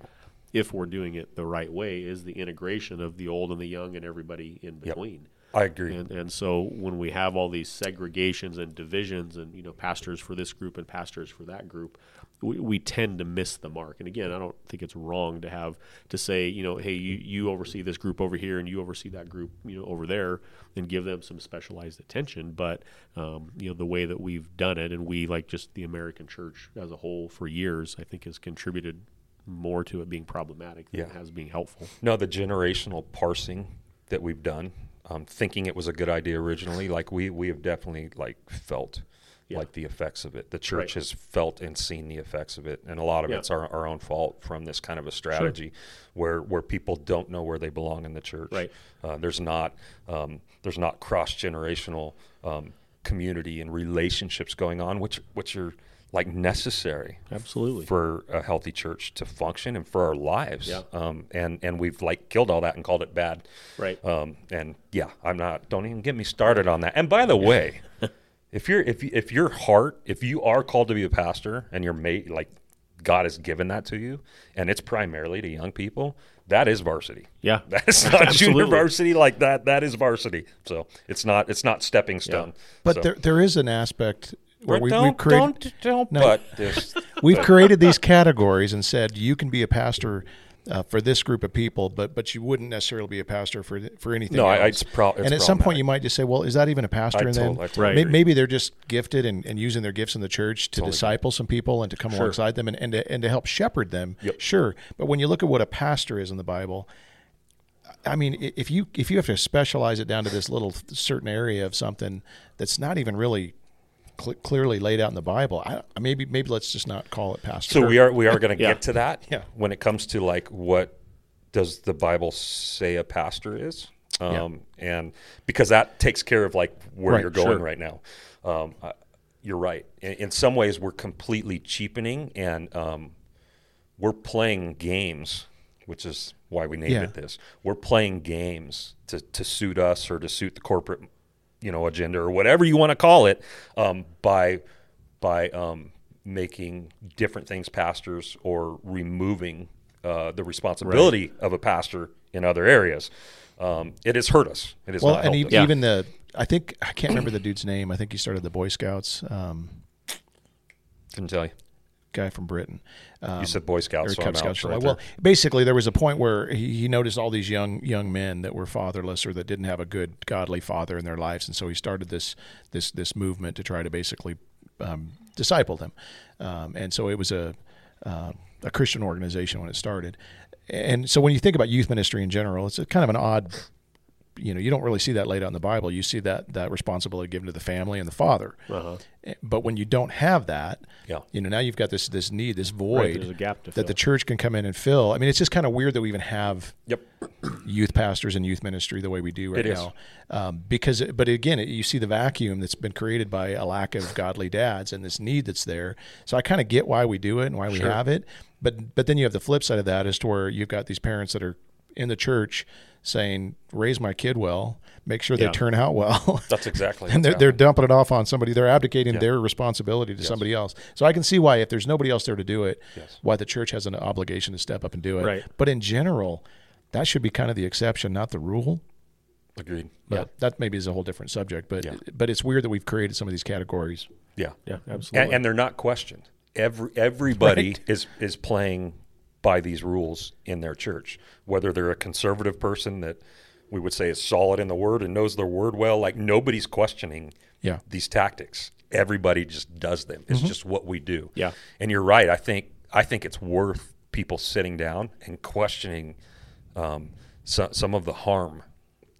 S2: if we're doing it the right way is the integration of the old and the young and everybody in between
S4: I agree.
S2: and and so when we have all these segregations and divisions and you know pastors for this group and pastors for that group we, we tend to miss the mark and again i don't think it's wrong to have to say you know hey you, you oversee this group over here and you oversee that group you know over there and give them some specialized attention but um, you know the way that we've done it and we like just the american church as a whole for years i think has contributed more to it being problematic than it
S4: Yeah.
S2: has being helpful
S4: No, the generational parsing that we've done, um, thinking it was a good idea originally, like we we have definitely like felt
S2: Yeah.
S4: like the effects of it. The church
S2: Right.
S4: has felt and seen the effects of it, and a lot of
S2: Yeah.
S4: it's our, our own fault from this kind of a strategy where where people don't know where they belong in the church.
S2: Right.
S4: Uh, there's not um, there's not cross generational um, community and relationships going on, which which are like necessary
S2: absolutely
S4: for a healthy church to function and for our lives.
S2: Yeah.
S4: Um, and and we've like killed all that and called it bad.
S2: Right.
S4: Um, and yeah, I'm not. Don't even get me started on that. And by the way,
S2: <laughs>
S4: if you're if you, if your heart if you are called to be a pastor and you're made like God has given that to you and it's primarily to young people, that is varsity. <laughs>
S2: yeah
S4: That's not junior
S2: Absolutely.
S4: varsity like that. That is varsity. So it's not it's not stepping stone.
S3: But
S4: So-
S3: there, there is an aspect where we,
S4: don't
S3: we've created
S4: don't don't
S3: No.
S4: butt
S2: <laughs>
S4: this.
S3: <laughs> we've created these categories and said you can be a pastor uh, for this group of people, but but you wouldn't necessarily be a pastor for th- for anything.
S4: No, I-
S3: else.
S4: I- it's prob- it's
S3: and at some point
S4: problematic.
S3: you might just say, well, is that even a pastor?
S4: I
S3: and
S4: totally-
S3: then
S4: I totally
S2: Right.
S3: may-
S2: agree.
S3: maybe they're just gifted and, and using their gifts in the church to disciple some people and to come alongside them and, and to, and to help shepherd them. Sure, but when you look at what a pastor is in the Bible. I mean, i- if you if you have to specialize it down to this little certain area of something that's not even really cl- clearly laid out in the Bible, I, I- maybe maybe let's just not call it pastor.
S4: So we are we are going to
S2: Yeah.
S4: get to that
S3: Yeah.
S4: when it comes to like what does the Bible say a pastor is, um, and because that takes care of like where
S3: Right,
S4: you're going
S2: sure.
S4: right now. Um, I, you're right. In, in some ways, we're completely cheapening and um, we're playing games, which is why we named
S3: Yeah.
S4: it this. We're playing games to, to suit us or to suit the corporate, you know, agenda or whatever you want to call it, um, by by um, making different things pastors or removing uh, the responsibility of a pastor in other areas. Um, it has hurt us. It has
S3: well,
S4: not
S3: and e-
S4: helped us.
S3: even the I think I can't remember the dude's name. I think he started the Boy Scouts. Um,
S4: Couldn't tell you.
S3: guy from Britain. Um,
S4: You said Boy Scouts,
S3: or
S4: so
S3: Cub
S4: I'm out
S3: Scouts.
S4: right
S3: well,
S4: there.
S3: basically, there was a point where he, he noticed all these young young men that were fatherless or that didn't have a good godly father in their lives, and so he started this this this movement to try to basically um, disciple them. Um, and so it was a uh, a Christian organization when it started. And so when you think about youth ministry in general, it's a kind of an odd you know you don't really see that laid out in the Bible. You see that that responsibility given to the family and the father.
S2: Uh-huh.
S3: Eh, But when you don't have that,
S4: Yeah.
S3: you know now you've got this this need, this void
S2: there's a gap to
S3: that the
S2: fill.
S3: church can come in and fill. I mean, it's just kind of weird that we even have
S4: Yep.
S3: youth pastors and youth ministry the way we do right
S4: It is.
S3: now. Um, because, but again, it, you see the vacuum that's been created by a lack of godly dads and this need that's there. So I kind of get why we do it and why we have it. But but then you have the flip side of that as to where you've got these parents that are in the church saying, "Raise my kid well, make sure they
S2: Yeah.
S3: turn out well." <laughs>
S4: That's exactly.
S3: and they're,
S4: what's
S3: they're
S4: happening.
S3: dumping it off on somebody. They're abdicating their responsibility to somebody else. So I can see why, if there's nobody else there to do it, why the church has an obligation to step up and do it.
S2: Right.
S3: But in general, that should be kind of the exception, not the rule.
S4: agreed.
S3: But that maybe is a whole different subject. But but it's weird that we've created some of these categories.
S4: Yeah.
S2: yeah absolutely
S4: and, and they're not questioned. Every everybody is is playing by these rules in their church, whether they're a conservative person that we would say is solid in the word and knows their word well. Like nobody's questioning
S3: Yeah.
S4: these tactics. Everybody just does them.
S2: Mm-hmm.
S4: It's just what we do.
S2: Yeah.
S4: And you're right. I think I think it's worth people sitting down and questioning um, so, some of the harm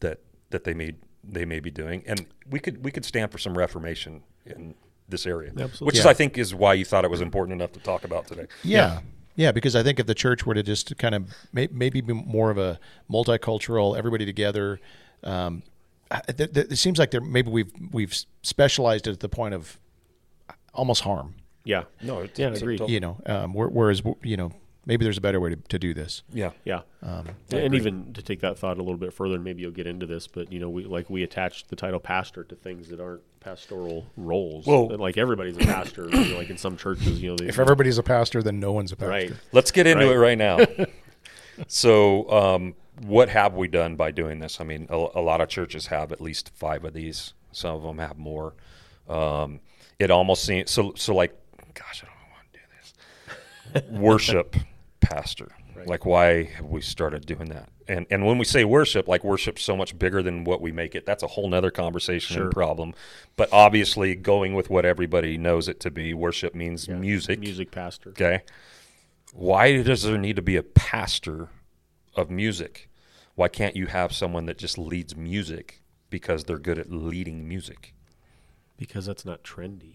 S4: that that they may they may be doing. And we could we could stand for some reformation in this area,
S2: Absolutely.
S4: which is
S3: Yeah.
S4: I think is why you thought it was important enough to talk about today.
S3: Yeah. yeah. because I think if the church were to just kind of may, maybe be more of a multicultural, everybody together, um, I- th- th- it seems like there maybe we've we've specialized it at the point of almost harm.
S2: Yeah.
S4: No, it's-
S2: yeah,
S4: it's a
S2: agreed.
S4: total-
S2: Yeah.
S3: You know, um, where- whereas you know maybe there's a better way to, to do this.
S4: Yeah.
S2: and even to take that thought a little bit further, and maybe you'll get into this, but you know, we like we attach the title pastor to things that aren't pastoral roles.
S4: Well-
S2: And, like everybody's a pastor. you know, like in some churches, you know, they,
S5: If everybody's a pastor, then no one's a pastor.
S2: right.
S4: Let's get into
S2: Right.
S4: it right now. so, um, what have we done by doing this? I mean, a, a lot of churches have at least five of these. Some of them have more. Um, it almost seems so. So, like, gosh, I don't want to do this worship pastor. Like, why have we started doing that? And and when we say worship, like worship's so much bigger than what we make it. That's a whole nother conversation and problem. But obviously, going with what everybody knows it to be, worship means music.
S2: Music pastor.
S4: Okay. Why does there need to be a pastor of music? Why can't you have someone that just leads music because they're good at leading music?
S2: Because that's not trendy.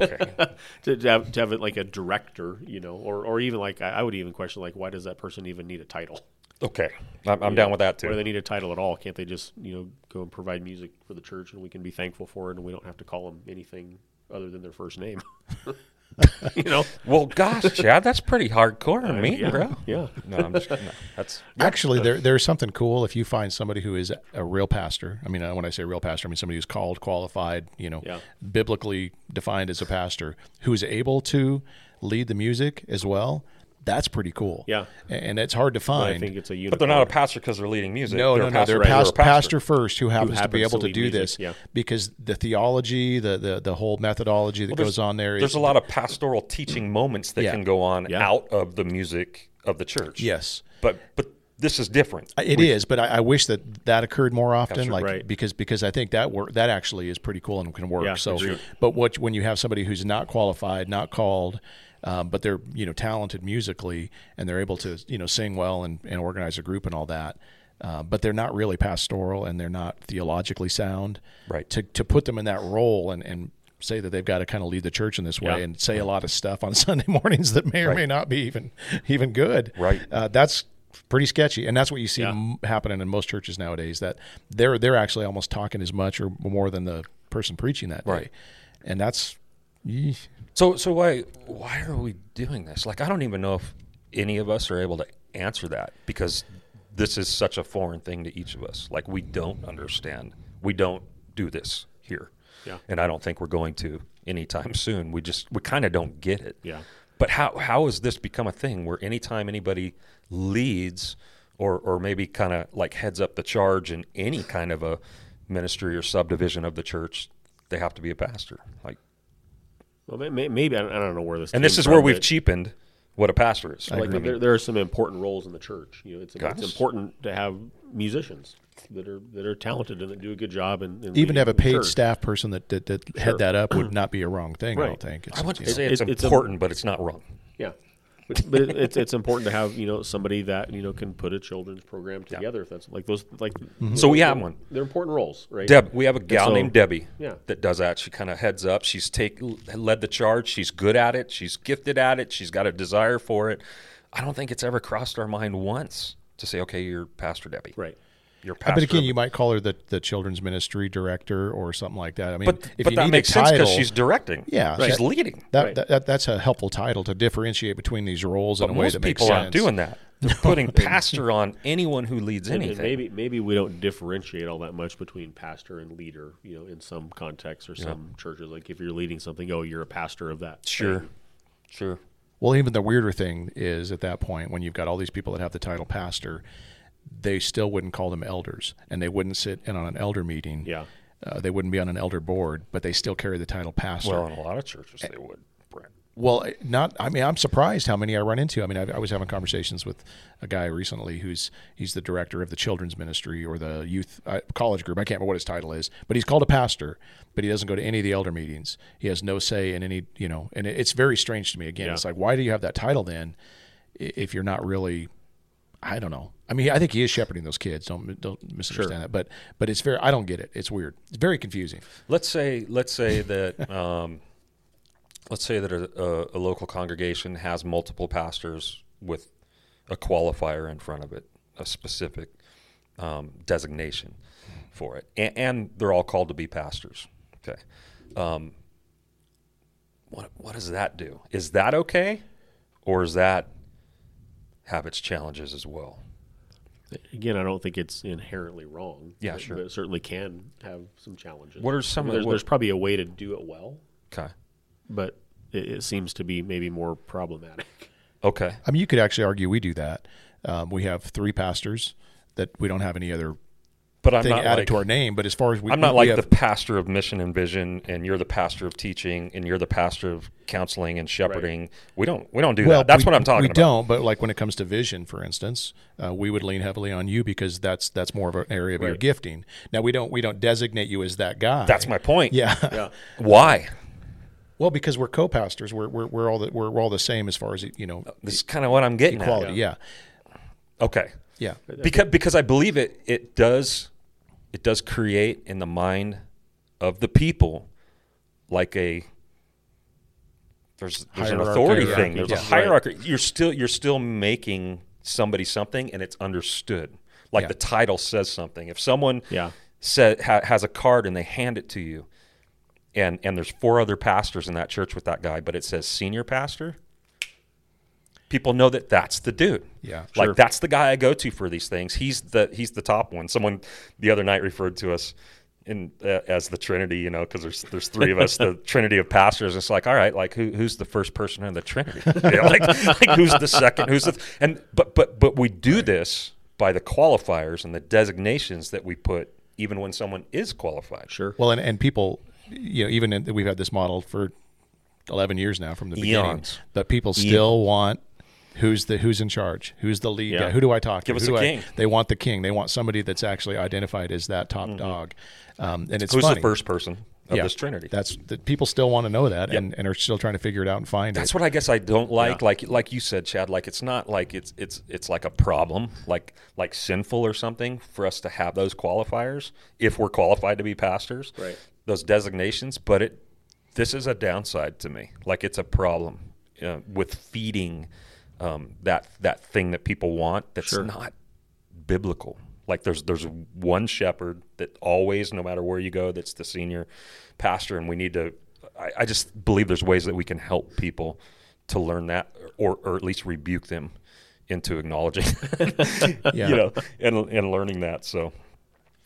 S4: Okay.
S2: <laughs> to, to have to have it like a director, you know, or, or even like I, I would even question like why does that person even need a title?
S4: okay. I'm, I'm down with that
S2: Why do
S4: too.
S2: they need a title at all? Can't they just you know go and provide music for the church and we can be thankful for it and we don't have to call them anything other than their first name? <laughs> you know, <laughs>
S4: Well, gosh, Chad, that's pretty hardcore and mean,
S2: Uh, yeah,
S4: bro.
S2: yeah.
S4: No, I'm just kidding. No, that's
S2: <laughs>
S3: Actually, there there's something cool if you find somebody who is a real pastor. I mean, uh, when I say real pastor, I mean somebody who's called, qualified, you know,
S2: Yeah.
S3: biblically defined as a pastor, who is able to lead the music as well. That's pretty cool.
S2: Yeah.
S3: A- and it's hard to find.
S2: I think it's a unicorn.
S4: But they're not a pastor because they're leading music.
S3: no,
S4: they're
S3: no,
S4: a
S3: no.
S4: pastor
S3: They're
S4: because
S3: pas-
S4: they're a pastor.
S3: pastor first who happens to be
S2: happens
S3: able
S2: to
S3: to,
S2: lead
S3: do
S2: music,
S3: this
S2: yeah.
S3: because the theology, the, the the whole methodology that
S4: There's-
S3: goes on there is
S4: There's a lot of pastoral teaching moments that
S3: Yeah.
S4: can go on
S2: Yeah.
S4: out of the music of the church.
S3: Yes.
S4: But but this is different.
S3: I- It is, but I, I wish that that occurred more often, like
S2: right.
S3: because because I think that work that actually is pretty cool and can work.
S2: Yeah,
S3: so,
S2: agreed.
S3: but what when you have somebody who's not qualified, not called, um, but they're you know talented musically and they're able to you know sing well and, and organize a group and all that, uh, but they're not really pastoral and they're not theologically sound.
S4: Right.
S3: To to put them in that role and and say that they've got to kind of lead the church in this way
S2: Yeah.
S3: and say a lot of stuff on <laughs> Sunday mornings that may or may not be even even good.
S4: Right.
S3: Uh, that's pretty sketchy, and that's what you see
S2: Yeah.
S3: m- happening in most churches nowadays. That they're they're actually almost talking as much or more than the person preaching that day,
S4: Right.
S3: and that's yee.
S4: So so why why are we doing this? Like I don't even know if any of us are able to answer that because this is such a foreign thing to each of us. Like we don't understand. We don't do this here.
S2: Yeah.
S4: And I don't think we're going to anytime <laughs> soon. We just we kind of don't get it.
S2: Yeah.
S4: But how how has this become a thing where anytime anybody leads or or maybe kind of like heads up the charge in any kind of a ministry or subdivision of the church, they have to be a pastor. Like
S2: Well, may- may- maybe I don't, I don't know where this.
S4: and
S2: came
S4: this is
S2: from,
S4: where we've
S2: but-
S4: cheapened what a pastor is.
S2: like there, there are some important roles in the church. You know, it's, it's
S4: Gosh.
S2: important to have musicians that are that are talented and that do a good job and, and
S3: even
S2: lead
S3: to have a
S2: the
S3: paid
S2: church.
S3: staff person that that, that head that up
S4: <clears throat>
S3: would not be a wrong thing. I don't think. It's,
S4: I wouldn't
S3: you know,
S4: say it's,
S2: It- it's a-
S4: important, but it's not wrong.
S2: Yeah. But, but it, it's it's important to have you know somebody that you know can put a children's program together. If that's like those like
S4: So we have one.
S2: they're important roles, right?
S4: Deb, we have a gal
S2: so-
S4: named Debbie
S2: Yeah.
S4: that does that. She kind of heads up. She's take led the charge. She's good at it. She's gifted at it. She's got a desire for it. I don't think it's ever crossed our mind once to say, "Okay, you're Pastor Debbie."
S2: Right.
S4: You're pastor.
S3: but again,
S4: of-
S3: you might call her the, the children's ministry director or something like that. I mean,
S4: but,
S3: if
S4: but
S3: you
S4: that
S3: need
S4: makes
S3: a
S4: sense
S3: title,
S4: because she's directing.
S3: Yeah. Right.
S4: she's leading.
S3: that,
S2: Right.
S3: that, that that's a helpful title to differentiate between these roles in a way
S4: Most
S3: that makes
S4: people
S3: sense.
S4: aren't
S3: <laughs>
S4: doing that. They're putting pastor on anyone who leads
S2: And- and
S4: anything.
S2: maybe maybe we don't differentiate all that much between pastor and leader, you know, in some contexts or some churches. Like if you're leading something, oh, you're a pastor of that.
S4: sure,
S2: thing.
S4: sure.
S3: Well, even the weirder thing is at that point when you've got all these people that have the title pastor, they still wouldn't call them elders, and they wouldn't sit in on an elder meeting.
S2: Yeah.
S3: uh, they wouldn't be on an elder board, but they still carry the title pastor.
S4: Well, in a lot of churches they would. Brent.
S3: Well, I- not. I mean, I'm surprised how many I run into. I mean, I, I was having conversations with a guy recently who's he's the director of the children's ministry or the youth uh, college group. I can't remember what his title is, but he's called a pastor, but he doesn't go to any of the elder meetings. He has no say in any, you know. And it, it's very strange to me. Again, it's like, why do you have that title then, i- if you're not really I don't know. I mean, I think he is shepherding those kids. Don't don't misunderstand that. But but it's very. I don't get it. It's weird. It's very confusing.
S4: Let's say let's say that <laughs> um, let's say that a, a, a local congregation has multiple pastors with a qualifier in front of it, a specific um, designation for it, and, and they're all called to be pastors. Okay, um, what what does that do? Is that okay, or is that have its challenges as well?
S2: Again, I don't think it's inherently wrong.
S4: Yeah,
S2: but-
S4: sure.
S2: But it certainly can have some challenges.
S4: What are some of
S2: there's,
S4: the-
S2: there's probably a way to do it well,
S4: Okay,
S2: but it, it seems to be maybe more problematic.
S4: okay,
S3: I mean, you could actually argue we do that. Um, we have three pastors that we don't have any other
S4: but I'm
S3: thing
S4: not
S3: added
S4: like,
S3: to our name. But as far as we,
S4: I'm not
S3: we
S4: like
S3: have-
S4: the pastor of mission and vision, and you're the pastor of teaching, and you're the pastor of counseling and shepherding. We don't we don't do that. That's
S3: we-
S4: what I'm talking
S3: We
S4: about.
S3: don't, but like when it comes to vision, for instance, uh, we would lean heavily on you because that's that's more of an area of your gifting. Now we don't we don't designate you as that guy.
S4: That's my
S3: <laughs>
S4: point.
S3: yeah.
S4: Why?
S3: well, because we're co-pastors, we're we're, we're all the, we're, we're all the same as far as you know
S4: This is kind of what I'm getting. at.
S3: equality.
S4: Okay.
S3: yeah, yeah.
S4: Because because I believe it it does it does create in the mind of the people like a there's there's an
S3: Hierarchy.
S4: authority
S3: Yeah.
S4: thing. There's a
S3: Yeah.
S4: hierarchy. You're still you're still making somebody something, and it's understood. Like
S3: Yeah.
S4: the title says something. If someone
S2: Yeah.
S4: sa- ha- has a card and they hand it to you, and and there's four other pastors in that church with that guy, but it says senior pastor. People know that that's the dude.
S3: Yeah,
S4: like
S2: sure.
S4: that's the guy I go to for these things. He's the he's the top one. Someone the other night referred to us in uh, as the Trinity, you know, because there's there's three of us, the Trinity of pastors. It's like, all right, like who who's the first person in the Trinity? <laughs> You know, like, like who's the second? Who's the th- and but but but we do this by the qualifiers and the designations that we put, even when someone is qualified.
S2: Sure.
S3: Well, and, and people, you know, even in, we've had this model for eleven years now from the beginning,
S4: Eons.
S3: but people still want who's the who's in charge, who's the lead
S2: Yeah.
S3: guy, who do I talk
S4: Give
S3: to?
S4: us
S3: who
S4: a
S3: do I-
S4: king.
S3: they want the king. They want somebody that's actually identified as that top dog. Um, and it's
S4: Mm-hmm. Who's
S3: funny.
S4: the first person of
S3: Yeah.
S4: this Trinity?
S3: That's that people still want to know that and, and are still trying to figure it out and find
S4: That's
S3: it.
S4: what I guess I don't like. Like like you said, Chad. Like it's not like it's it's it's like a problem, like like sinful or something for us to have those qualifiers if we're qualified to be pastors.
S2: Right.
S4: Those designations, but it this is a downside to me. Like it's a problem uh, with feeding um, that that thing that people want. That's not biblical. Like there's there's one shepherd that always, no matter where you go, that's the senior pastor, and we need to. I, I just believe there's ways that we can help people to learn that, or or at least rebuke them into acknowledging, <laughs>
S3: Yeah.
S4: you know, and and learning that. So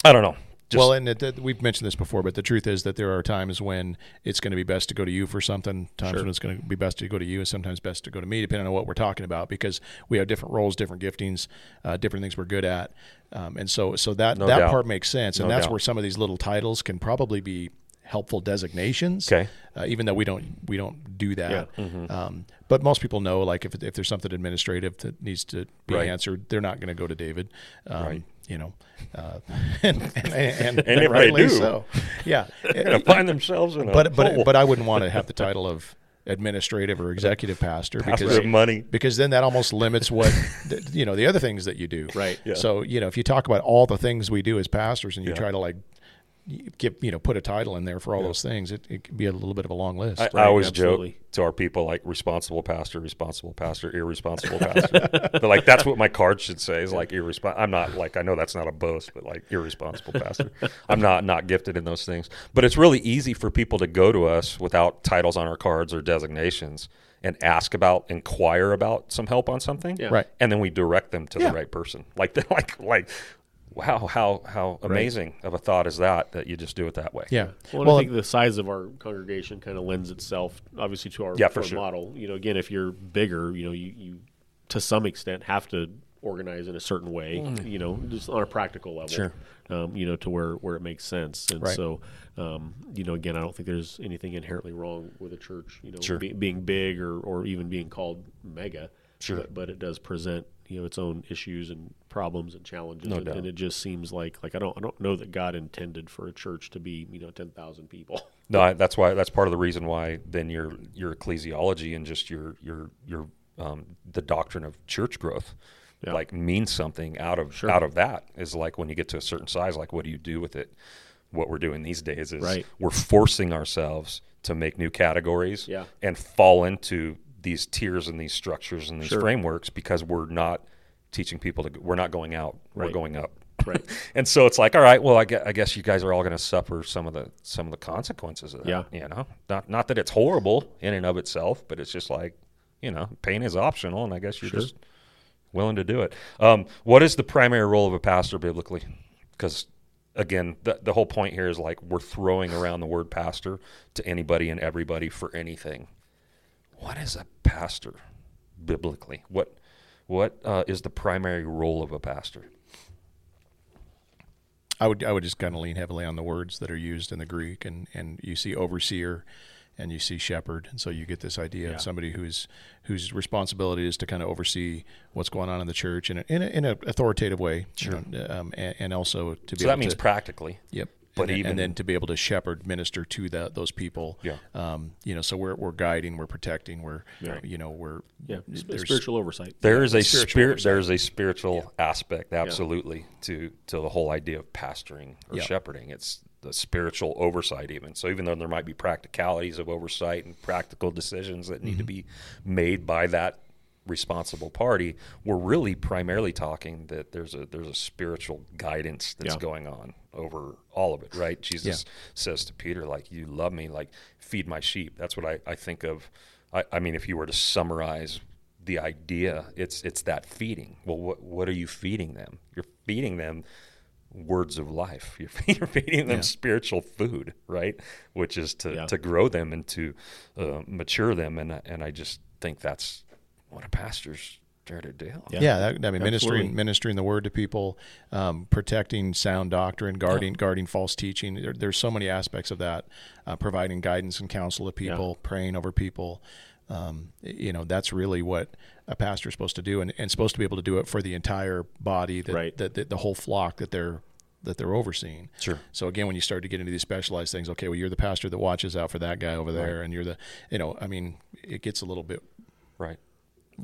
S4: I don't know. Just,
S3: well, and it, that- we've mentioned this before, but the truth is that there are times when it's going to be best to go to you for something, times when it's going to be best to go to you, and sometimes best to go to me, depending on what we're talking about, because we have different roles, different giftings, uh, different things we're good at, um, and so so that that
S4: doubt.
S3: part makes sense, and
S4: No
S3: that's
S4: doubt.
S3: where some of these little titles can probably be helpful designations.
S4: Okay. Mm-hmm.
S3: Uh, even though we don't we don't do that, um, but most people know like if if there's something administrative that needs to be
S4: Right.
S3: answered, they're not going to go to David. Um, You know, uh, <laughs> and,
S4: <laughs>
S3: and, and,
S4: And if they
S3: rightly
S4: do. Oh.
S3: so. Yeah. eh,
S4: they're gonna find themselves in a
S3: but but
S4: hole.
S3: but I wouldn't want to have the title of administrative or executive pastor
S4: Pastor
S3: because
S4: of money.
S3: because then that almost limits what th- you know the <laughs> other things that you do.
S2: Right.
S4: Yeah.
S3: So you know if you talk about all the things we do as pastors and you try to like give you know put a title in there for all those things, it, it could be a little bit of a long list.
S4: I, I always
S2: absolutely.
S4: joke to our people like responsible pastor, responsible pastor, irresponsible pastor. but like that's what my card should say is like irresponsible. I'm not like I know that's not a boast, but like irresponsible pastor. I'm not not gifted in those things. But it's really easy for people to go to us without titles on our cards or designations and ask about, inquire about some help on something.
S2: <laughs> Yeah.
S3: Right.
S4: And then we direct them to
S3: Yeah.
S4: the right person. Like <laughs> they're like like wow, how how amazing of a thought is that that you just do it that way.
S3: Yeah.
S2: Well, and I think the size of our congregation kind of lends itself, obviously, to our,
S4: Yeah, for
S2: our
S4: sure.
S2: model. You know, again, if you're bigger, you know, you, you to some extent have to organize in a certain way,
S4: Mm.
S2: you know, just on a practical level, sure. um, you know, to where, where it makes sense. And
S3: Right.
S2: so, um, you know, again, I don't think there's anything inherently wrong with a church, you know,
S4: Sure.
S2: be, being big or, or even being called mega,
S4: Sure.
S2: but, but it does present, you know, its own issues and problems and challenges.
S4: No
S2: and,
S4: doubt.
S2: and it just seems like, like, I don't, I don't know that God intended for a church to be, you know, 10,000 people.
S4: No, I- that's why. That's part of the reason why. Then your your ecclesiology and just your your your um, the doctrine of church growth,
S2: Yeah.
S4: like means something out of out of that is like when you get to a certain size, like what do you do with it? What we're doing these days is
S2: Right.
S4: we're forcing ourselves to make new categories
S2: Yeah.
S4: and fall into these tiers and these structures and these
S2: Sure.
S4: frameworks because we're not teaching people to we're not going out we're
S2: Right.
S4: going up
S2: Right.
S4: <laughs> and so it's like all right well i guess, I guess you guys are all going to suffer some of the some of the consequences of that
S2: Yeah.
S4: you know not not that it's horrible in and of itself but it's just like you know pain is optional and i guess you're just willing to do it um, what is the primary role of a pastor biblically because again the, the whole point here is like we're throwing around the word pastor to anybody and everybody for anything what is a pastor biblically what what uh, is the primary role of a pastor
S3: I would I would just kind of lean heavily on the words that are used in the Greek, and and you see overseer, and you see shepherd, and so you get this idea of somebody who's whose responsibility is to kind of oversee what's going on in the church in a, in, a, in a authoritative way, sure, um, and, and also to be
S4: so
S3: able
S4: that means
S3: to,
S4: practically
S3: Yep.
S4: But
S3: and, then-
S4: even-
S3: and then to be able to shepherd, minister to that those people.
S4: Yeah.
S3: Um, you know, so we're we're guiding, we're protecting, we're you know, we're
S2: <laughs> Yeah.
S3: there's-
S2: Spiritual oversight.
S4: There is a spirit. There is a spiritual aspect, absolutely, to to the whole idea of pastoring or
S3: Yeah.
S4: shepherding. It's the spiritual oversight, even. So, even though there might be practicalities of oversight and practical decisions that need to be made by that responsible party, we're really primarily talking that there's a there's a spiritual guidance that's
S2: Yeah.
S4: going on over all of it, right? Jesus says to Peter, like, "You love me, like feed my sheep." That's what I I think of. I, I mean, if you were to summarize the idea it's it's that feeding well what what are you feeding them you're feeding them words of life <laughs> you're, fe- you're feeding them spiritual food right which is to
S2: Yeah.
S4: to grow them and to uh, mature them and I- and I just think that's what a pastor's there to do
S2: Yeah.
S3: Yeah, that, I mean,
S2: Absolutely.
S3: ministering ministering the word to people, um, protecting sound doctrine, guarding guarding false teaching. There, there's so many aspects of that. Uh, providing guidance and counsel to people, praying over people. Um, you know, that's really what a pastor's supposed to do, and, and supposed to be able to do it for the entire body, that,
S2: Right.
S3: that, that the whole flock that they're that they're overseeing.
S4: Sure.
S3: So again, when you start to get into these specialized things, okay, well, you're the pastor that watches out for that guy over there, and you're the, you know, I mean, it gets a little bit
S4: right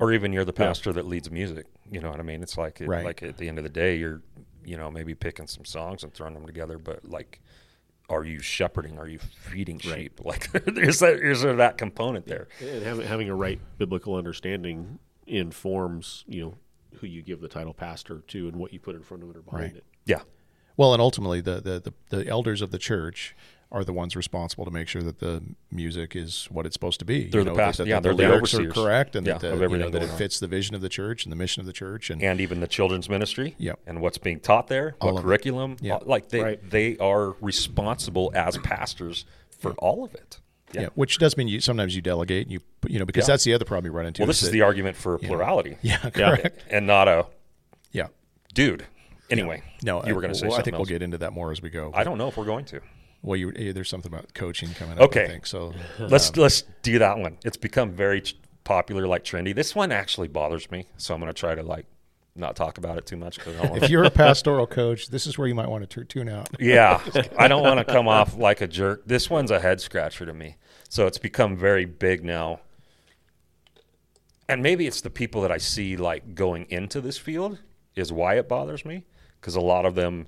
S4: or even you're the pastor that leads music you know what i mean it's like it,
S3: Right.
S4: like at the end of the day you're you know maybe picking some songs and throwing them together but like are you shepherding are you feeding sheep <laughs> like there's that there's that component there
S2: and having, having a right biblical understanding informs you know who you give the title pastor to and what you put in front of it or behind
S3: Right.
S2: it.
S4: yeah
S3: Well, and ultimately, the, the, the, the elders of the church are the ones responsible to make sure that the music is what it's supposed to be.
S4: They're the
S3: know,
S4: past-
S3: that, that
S4: yeah,
S3: the
S4: they're the
S3: lyrics are
S4: overseers.
S3: correct, and
S4: Yeah,
S3: that, the,
S4: of
S3: you know,
S4: everything
S3: that it
S4: going on.
S3: fits the vision of the church and the mission of the church. And,
S4: and even the children's ministry
S3: Yep.
S4: and what's being taught there
S3: All of
S4: what
S3: it.
S4: curriculum
S3: Yeah.
S4: like they
S2: Right.
S4: they are responsible as pastors for all of it
S3: yeah. which does mean you sometimes you delegate, and you you know, because
S4: Yeah.
S3: that's the other problem you run into.
S4: well this is
S3: that-
S4: the argument for plurality
S3: <laughs> yeah,
S2: Yeah.
S3: correct,
S4: and not a
S3: yeah.
S4: dude anyway
S3: No,
S4: you were going
S3: to
S4: to say
S3: Well, I
S4: something
S3: think we'll
S4: else.
S3: get into that more as we go.
S4: i don't know if we're going to
S3: well, you, eh, there's something about coaching coming up.
S4: Okay.
S3: I think. so.
S4: let's let's do that one it's become very ch- popular like trendy this one actually bothers me so i'm going to try to like not talk about it too much 'cause I don't wanna-
S5: If you're a pastoral coach, this is where you might want to tune out.
S4: Yeah, I don't want to come off like a jerk. This one's a head scratcher to me. So it's become very big now. And maybe it's the people that I see like going into this field is why it bothers me because a lot of them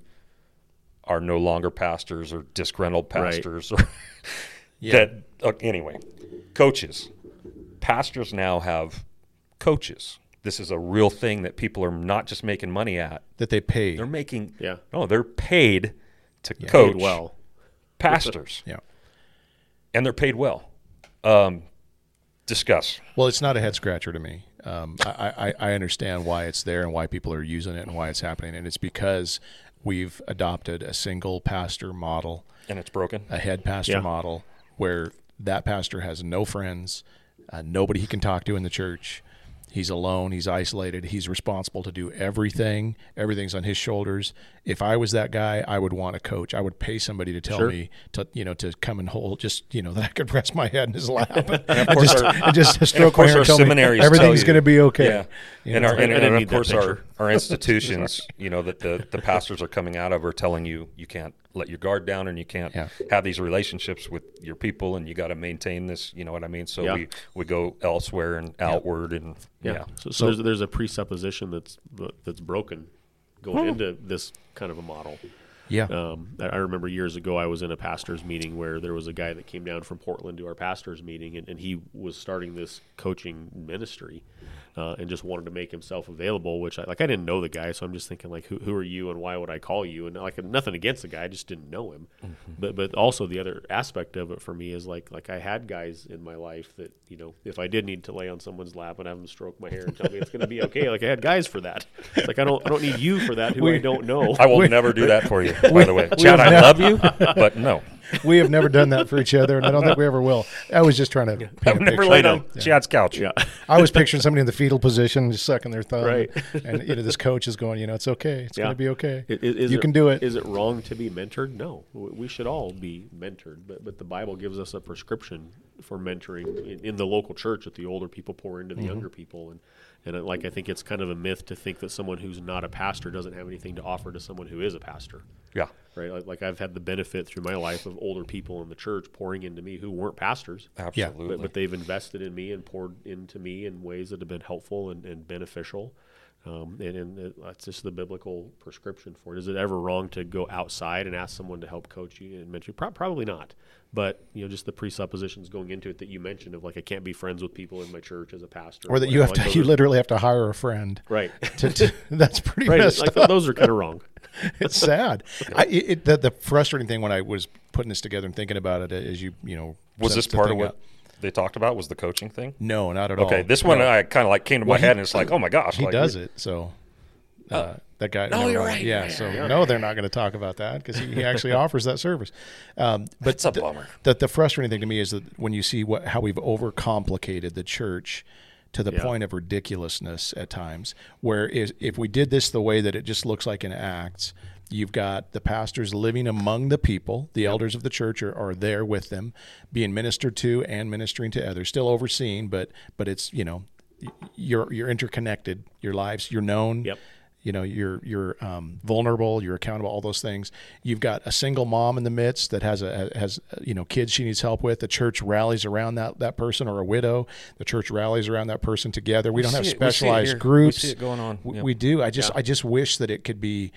S4: are no longer pastors or disgruntled
S2: Right.
S4: pastors or <laughs> that uh, anyway, coaches. Pastors now have coaches. This is a real thing that people are not just making money at.
S3: That they pay.
S4: They're making
S2: Yeah.
S4: No, they're paid to coach
S2: Paid well. <laughs>
S4: pastors,
S3: Yeah.
S4: and they're paid well. Um, discuss.
S3: Well, it's not a head scratcher to me. Um, I, I, I understand why it's there and why people are using it and why it's happening, and it's because we've adopted a single pastor model,
S4: And it's broken.
S3: a head pastor
S2: Yeah.
S3: model, where that pastor has no friends, uh, nobody he can talk to in the church. He's alone. He's isolated. He's responsible to do everything. Everything's on his shoulders. If I was that guy, I would want a coach. I would pay somebody to tell
S2: Sure.
S3: me to, you know, to come and hold, just, you know, <laughs> that I could rest my head in his lap and, just, and just
S4: And of
S3: stroke my
S4: course,
S3: hair
S4: our
S3: and tell me
S4: seminaries tell
S5: everything's
S4: you-
S5: going to be okay.
S4: Yeah,
S3: You
S4: and,
S3: know,
S4: our,
S2: like-
S3: it's
S4: and,
S2: I
S4: and
S2: didn't
S4: of
S2: need that
S4: course our,
S2: picture. <laughs>
S4: our institutions, you know, that the, the pastors are coming out of are telling you you can't let your guard down and you can't
S3: Yeah.
S4: have these relationships with your people and you got to maintain this. You know what I mean? So
S2: Yeah.
S4: we, we go elsewhere and outward and yeah.
S2: So, so, there's, there's a presupposition that's that's broken going into this kind of a model.
S3: Yeah.
S4: Uh.
S2: Um, I I remember years ago I was in a pastors meeting where there was a guy that came down from Portland to our pastors meeting, and, and he was starting this coaching ministry, uh, and just wanted to make himself available. Which I like I didn't know the guy, so I'm just thinking like, who, who are you and why would I call you? And like nothing against the guy, I just didn't know him. But but also the other aspect of it for me is like like I had guys in my life that you know if I did need to lay on someone's lap and have them stroke my hair and tell me it's going to be okay, like I had guys for that. It's like I don't I don't need you for that who I don't know.
S4: I will never do that
S2: <laughs>
S4: for you, by the way. Chad, I love you, but no.
S5: We have never done that for each other, and I don't think we ever will. I was just trying to. paint
S4: I've
S5: a
S4: never
S5: picture.
S4: laid on Chad's couch.
S2: yeah.
S5: I was picturing somebody in the fetal position, just sucking their thumb,
S2: Right.
S5: And you know, this coach is going, you know, it's okay, it's
S2: Yeah.
S5: going to be okay.
S2: I- i- is
S5: you can do it.
S2: Is it wrong to be mentored? No, W- we should all be mentored. But but the Bible gives us a prescription for mentoring in, in the local church that the older people pour into the
S5: Mm-hmm.
S2: younger people, and and uh, like I think it's kind of a myth to think that someone who's not a pastor doesn't have anything to offer to someone who is a pastor.
S4: Yeah.
S2: Right, like, like I've had the benefit through my life of older people in the church pouring into me who weren't pastors,
S4: Absolutely.
S2: but, but they've invested in me and poured into me in ways that have been helpful and, and beneficial. Um, and and it, that's just the biblical prescription for it. Is it ever wrong to go outside and ask someone to help coach you and mentor you? Pro- probably not. But you know, just the presuppositions going into it that you mentioned of like I can't be friends with people in my church as a pastor,
S5: or that you have
S2: whatever,
S5: to, <laughs>
S2: like
S5: you
S2: those
S5: literally have to hire a friend.
S2: are- right,
S5: <laughs> To, to- that's pretty
S2: right.
S5: messed
S2: Like <laughs> th- those are kind of wrong.
S5: it's sad.
S3: I, it, it- the, the frustrating thing when I was putting this together and thinking about
S5: uh,
S3: it as you, you know,
S4: Was
S3: sets
S4: this
S3: the
S4: part of
S3: thing
S4: what
S3: up.
S4: they talked about? Was the coaching thing?
S3: No, not at all.
S4: Okay, this one I kind of like came to my head, and it's like, oh my gosh,
S5: He
S4: like, Oh.
S5: does it. So uh, that guy.
S4: no,
S5: never
S4: you're
S5: mind.
S4: right.
S5: Yeah.
S4: Yeah,
S5: so no, they're not going to talk about that because he, he
S4: <laughs>
S5: actually offers that service. Um, but
S4: That's a
S5: the-
S4: bummer.
S5: The,
S3: the, the frustrating thing to me is that when you see what how we've overcomplicated the church to the
S2: Yeah.
S3: point of ridiculousness at times, where is, if we did this the way that it just looks like in Acts, you've got the pastors living among the people, the elders of the church are, are there with them, being ministered to and ministering to others, still overseen, but but it's you know y- you're you're interconnected, your lives, you're known
S2: Yep.
S3: you know you're you're um, vulnerable you're accountable all those things you've got a single mom in the midst that has a has uh, you know kids she needs help with the church rallies around that that person or a widow the church rallies around that person together we, don't have
S4: see it- we see it
S3: specialized
S4: here. We
S3: groups
S4: see it going on.
S3: W-
S4: Yeah.
S3: we do i just i just wish that it could be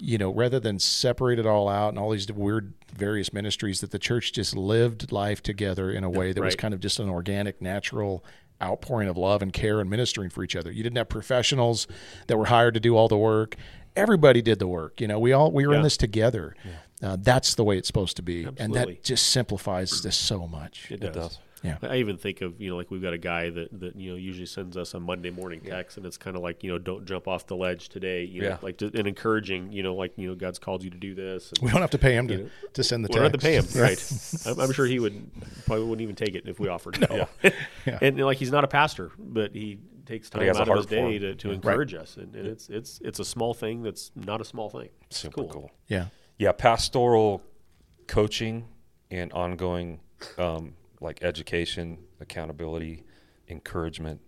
S3: you know rather than separate it all out and all these weird various ministries that the church just lived life together in a way that was
S2: Right.
S3: kind of just an organic natural outpouring of love and care and ministering for each other you didn't have professionals that were hired to do all the work everybody did the work you know we all we were in
S2: Yeah.
S3: this together uh, that's the way it's supposed to be and
S2: Absolutely.
S3: that just simplifies this so much
S2: It does.
S4: does.
S3: Yeah.
S2: I I even think of you know like we've got a guy that that you know usually sends us a Monday morning text, and it's kind of like you know don't jump off the ledge today. You know,
S4: Yeah.
S2: like just, and encouraging you know like you know God's called you to do this. And <laughs>
S5: we don't have to pay him to, to send the
S2: we're
S5: text.
S2: not to pay him,
S3: <laughs>
S2: <laughs> right? I'm, I'm sure he would probably wouldn't even take it if we offered. No. <laughs> Yeah. And you know, like he's not a pastor, but he takes time
S4: he has a
S2: out of his
S4: heart for
S2: day
S4: him.
S2: to, to encourage us, and, and it's it's it's a small thing that's not a small thing. It's
S4: Super cool.
S5: Yeah.
S4: yeah pastoral coaching and ongoing um, like education accountability encouragement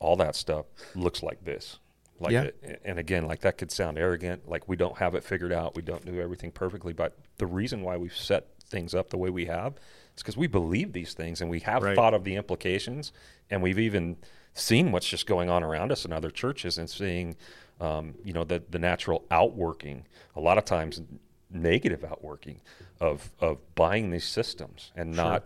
S4: all that stuff looks like this like
S3: Yeah.
S4: it- and again like that could sound arrogant like we don't have it figured out we don't do everything perfectly but the reason why we've set things up the way we have is because we believe these things and we have
S2: Right.
S4: thought of the implications and we've even seen what's just going on around us in other churches and seeing um, you know the, the natural outworking a lot of times negative outworking of of buying these systems and not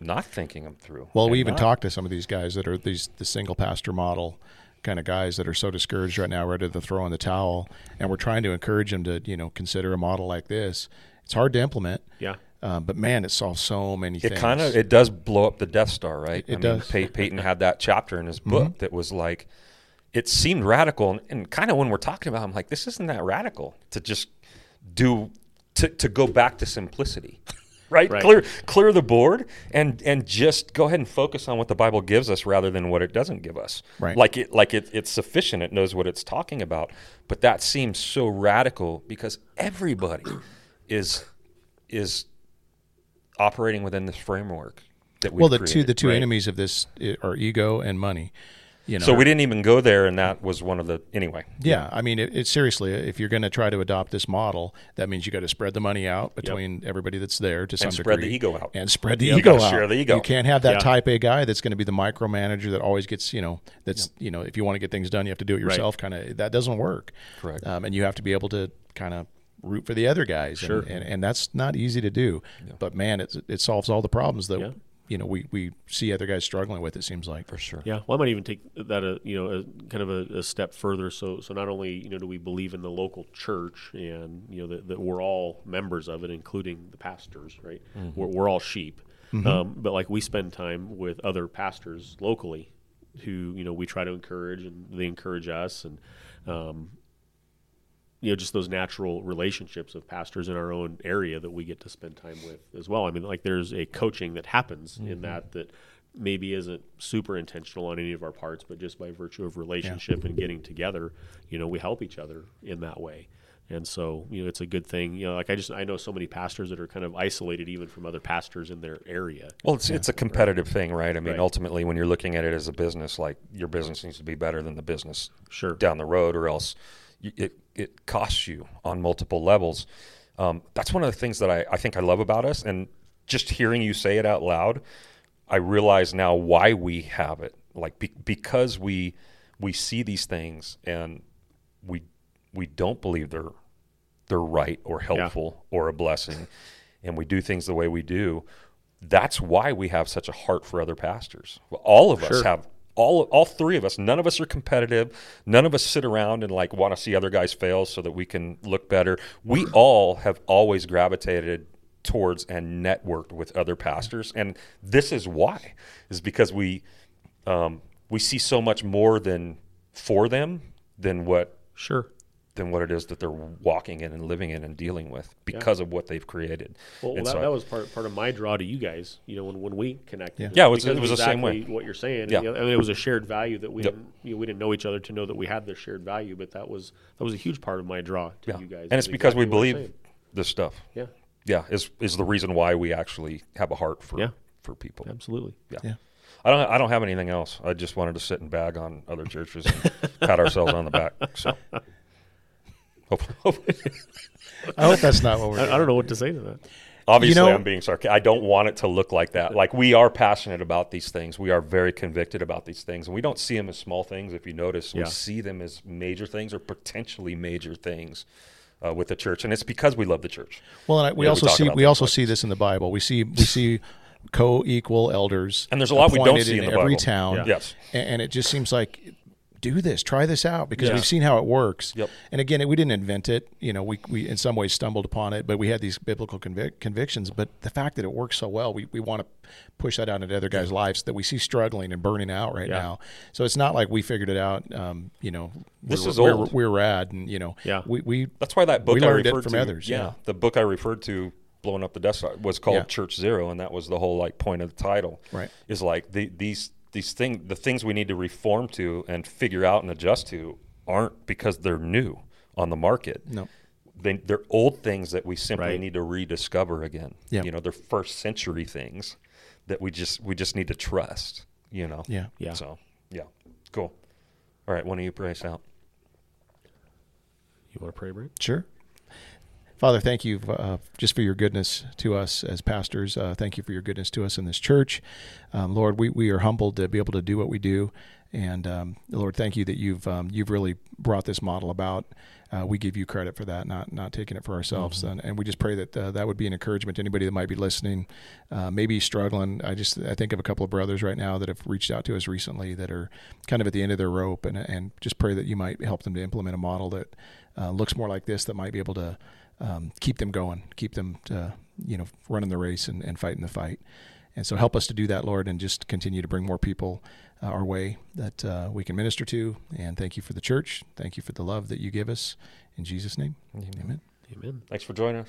S4: not thinking them through
S3: Well,
S4: And
S3: we even
S4: not-
S3: talked to some of these guys that are these the single pastor model kind of guys that are so discouraged right now, ready to throw in the towel, and we're trying to encourage them to you know consider a model like this. It's hard to implement,
S2: Yeah.
S3: uh, but man, it solves so many
S4: it
S3: things.
S4: kind of it does blow up the Death Star, right?
S3: it
S4: I
S3: does. Mm-hmm.
S4: Mean, Pey- Peyton had that chapter in his book that was like, it seemed radical, and, and kind of when we're talking about, it, I'm like, this isn't that radical to just do to to go back to simplicity. <laughs> right?
S2: Right.
S4: Clear clear the board and and just go ahead and focus on what the Bible gives us rather than what it doesn't give us.
S3: Right.
S4: Like it like it, it's sufficient. It knows what it's talking about. But that seems so radical because everybody is is operating within this framework that we
S3: well, the two the two
S4: right?
S3: enemies of this i- are ego and money. You know,
S4: So we didn't even go there, and that was one of the anyway.
S3: Yeah, I mean, it, it seriously. If you're going to try to adopt this model, that means you got to spread the money out between everybody that's there to some
S4: spread the
S3: degree,
S4: ego out.
S3: and spread the
S4: Yeah,
S3: ego
S4: gotta
S3: out.
S4: share the ego.
S3: You can't have that
S2: Yeah.
S3: type A guy that's going to be the micromanager that always gets you know that's you know if you want to get things done, you have to do it yourself. Kind of that doesn't work.
S4: Correct.
S3: Um, and you have to be able to kind of root for the other guys. Sure. And, and, and that's not easy to do. But man, it it solves all the problems that
S2: Yeah.
S3: you know we we see other guys struggling with. It seems like
S4: For sure.
S2: Yeah, well, I might even take that a you know a, kind of a, a step further. So so not only you know do we believe in the local church and you know that, that we're all members of it, including the pastors, right? We're, we're all sheep, um, but like we spend time with other pastors locally, who you know we try to encourage and they encourage us, and um, you know just those natural relationships of pastors in our own area that we get to spend time with as well i mean like there's a coaching that happens in that that maybe isn't super intentional on any of our parts but just by virtue of relationship and getting together you know we help each other in that way and so you know it's a good thing you know like i just i know so many pastors that are kind of isolated even from other pastors in their area
S4: Well, it's, it's a competitive thing, right? I mean,
S2: Right.
S4: ultimately, when you're looking at it as a business, like your business needs to be better than the business
S2: Sure.
S4: down the road, or else you, it it costs you on multiple levels. Um, that's one of the things that I, I think I love about us, and just hearing you say it out loud, I realize now why we have it. Like be, because we we see these things and we we don't believe they're they're right or helpful or a blessing and we do things the way we do that's why we have such a heart for other pastors Well, all of us have all all three of us none of us are competitive none of us sit around and like want to see other guys fail so that we can look better we all have always gravitated towards and networked with other pastors and this is why is because we um, we see so much more than for them than what
S2: sure
S4: than what it is that they're walking in and living in and dealing with because of what they've created.
S2: Well,
S4: And
S2: that,
S4: so I-
S2: that was part part of my draw to you guys. You know, when, when we connected,
S4: Yeah, it was-
S2: because
S4: it was
S2: of
S4: the same way.
S2: exactly What you're saying,
S4: Yeah.
S2: and, you know, I mean, it was a shared value that we
S4: Yep.
S2: didn't, you know, we didn't know each other to know that we had this shared value, but that was that was a huge part of my draw to
S4: yeah.
S2: you guys,
S4: and it's
S2: is
S4: because
S2: exactly
S4: we
S2: what you're
S4: believe
S2: saying.
S4: this stuff.
S2: Yeah,
S4: Yeah, is is the reason why we actually have a heart for
S2: Yeah.
S4: for people.
S2: absolutely.
S4: Yeah. I don't I don't have anything else. I just wanted to sit and bag on other churches and
S2: <laughs>
S4: pat ourselves on the back. So hopefully, hopefully.
S3: I hope that's not what
S4: <laughs>
S3: we're.
S2: I, I don't know what to say to that.
S4: Obviously,
S3: know-
S4: I'm being sarcastic. I don't want it to look like that. Like we are passionate about these things. We are very convicted about these things, and we don't see them as small things. If you notice,
S2: Yeah.
S4: we see them as major things or potentially major things uh, with the church, and it's because we love the church.
S3: Well, and I, we
S4: Yeah, we
S3: also
S4: talk
S3: see
S4: about
S3: we
S4: things
S3: also see this in the Bible. We see we see co-equal elders,
S4: And there's a lot we don't
S3: appointed
S4: see in the
S3: every
S4: Bible.
S3: town.
S4: Yeah. Yes.
S3: A- and, it just seems like do this, try this out because
S2: Yeah.
S3: we've seen how it works.
S4: Yep.
S3: And again, it- we didn't invent it. You know, we we in some ways stumbled upon it, but we had these biblical convic- convictions. But the fact that it works so well, we, we want to push that out into other guys' lives that we see struggling and burning out right now. So it's not like we figured it out. Um, you know,
S4: This
S3: we're,
S4: is
S3: we're,
S4: old.
S3: we're rad, and you know,
S2: Yeah.
S3: we we
S4: That's why that book
S3: we
S4: I
S3: learned
S4: referred
S3: it from
S4: to,
S3: others. yeah.
S4: the book I referred to, blowing up the Death Star, was called
S3: Yeah.
S4: Church Zero, and that was the whole like point of the title.
S3: Right.
S4: is like the, these these thing the things we need to reform to and figure out and adjust to aren't because they're new on the market.
S3: No.
S4: They, they're old things that we simply
S2: Right.
S4: need to rediscover again.
S3: Yeah.
S4: You know, they're first century things that we just we just need to trust. You know.
S3: Yeah.
S2: Yeah.
S4: So yeah, cool. All right, one of you pray us out.
S2: You want to pray, Brent?
S3: Sure. Father, thank you uh, just for your goodness to us as pastors. Uh, thank you for your goodness to us in this church. Um, Lord, we, we are humbled to be able to do what we do. And um, Lord, thank you that you've um, you've really brought this model about. Uh, we give you credit for that, not not taking it for ourselves. And, and we just pray that uh, that would be an encouragement to anybody that might be listening, uh, maybe struggling. I just I think of a couple of brothers right now that have reached out to us recently that are kind of at the end of their rope, and and just pray that you might help them to implement a model that uh, looks more like this that might be able to um, keep them going, keep them, uh, you know, running the race and, and fighting the fight. And so help us to do that, Lord, and just continue to bring more people uh, our way that uh, we can minister to. And thank you for the church. Thank you for the love that you give us. In Jesus' name, amen.
S2: Amen.
S4: Thanks for joining us.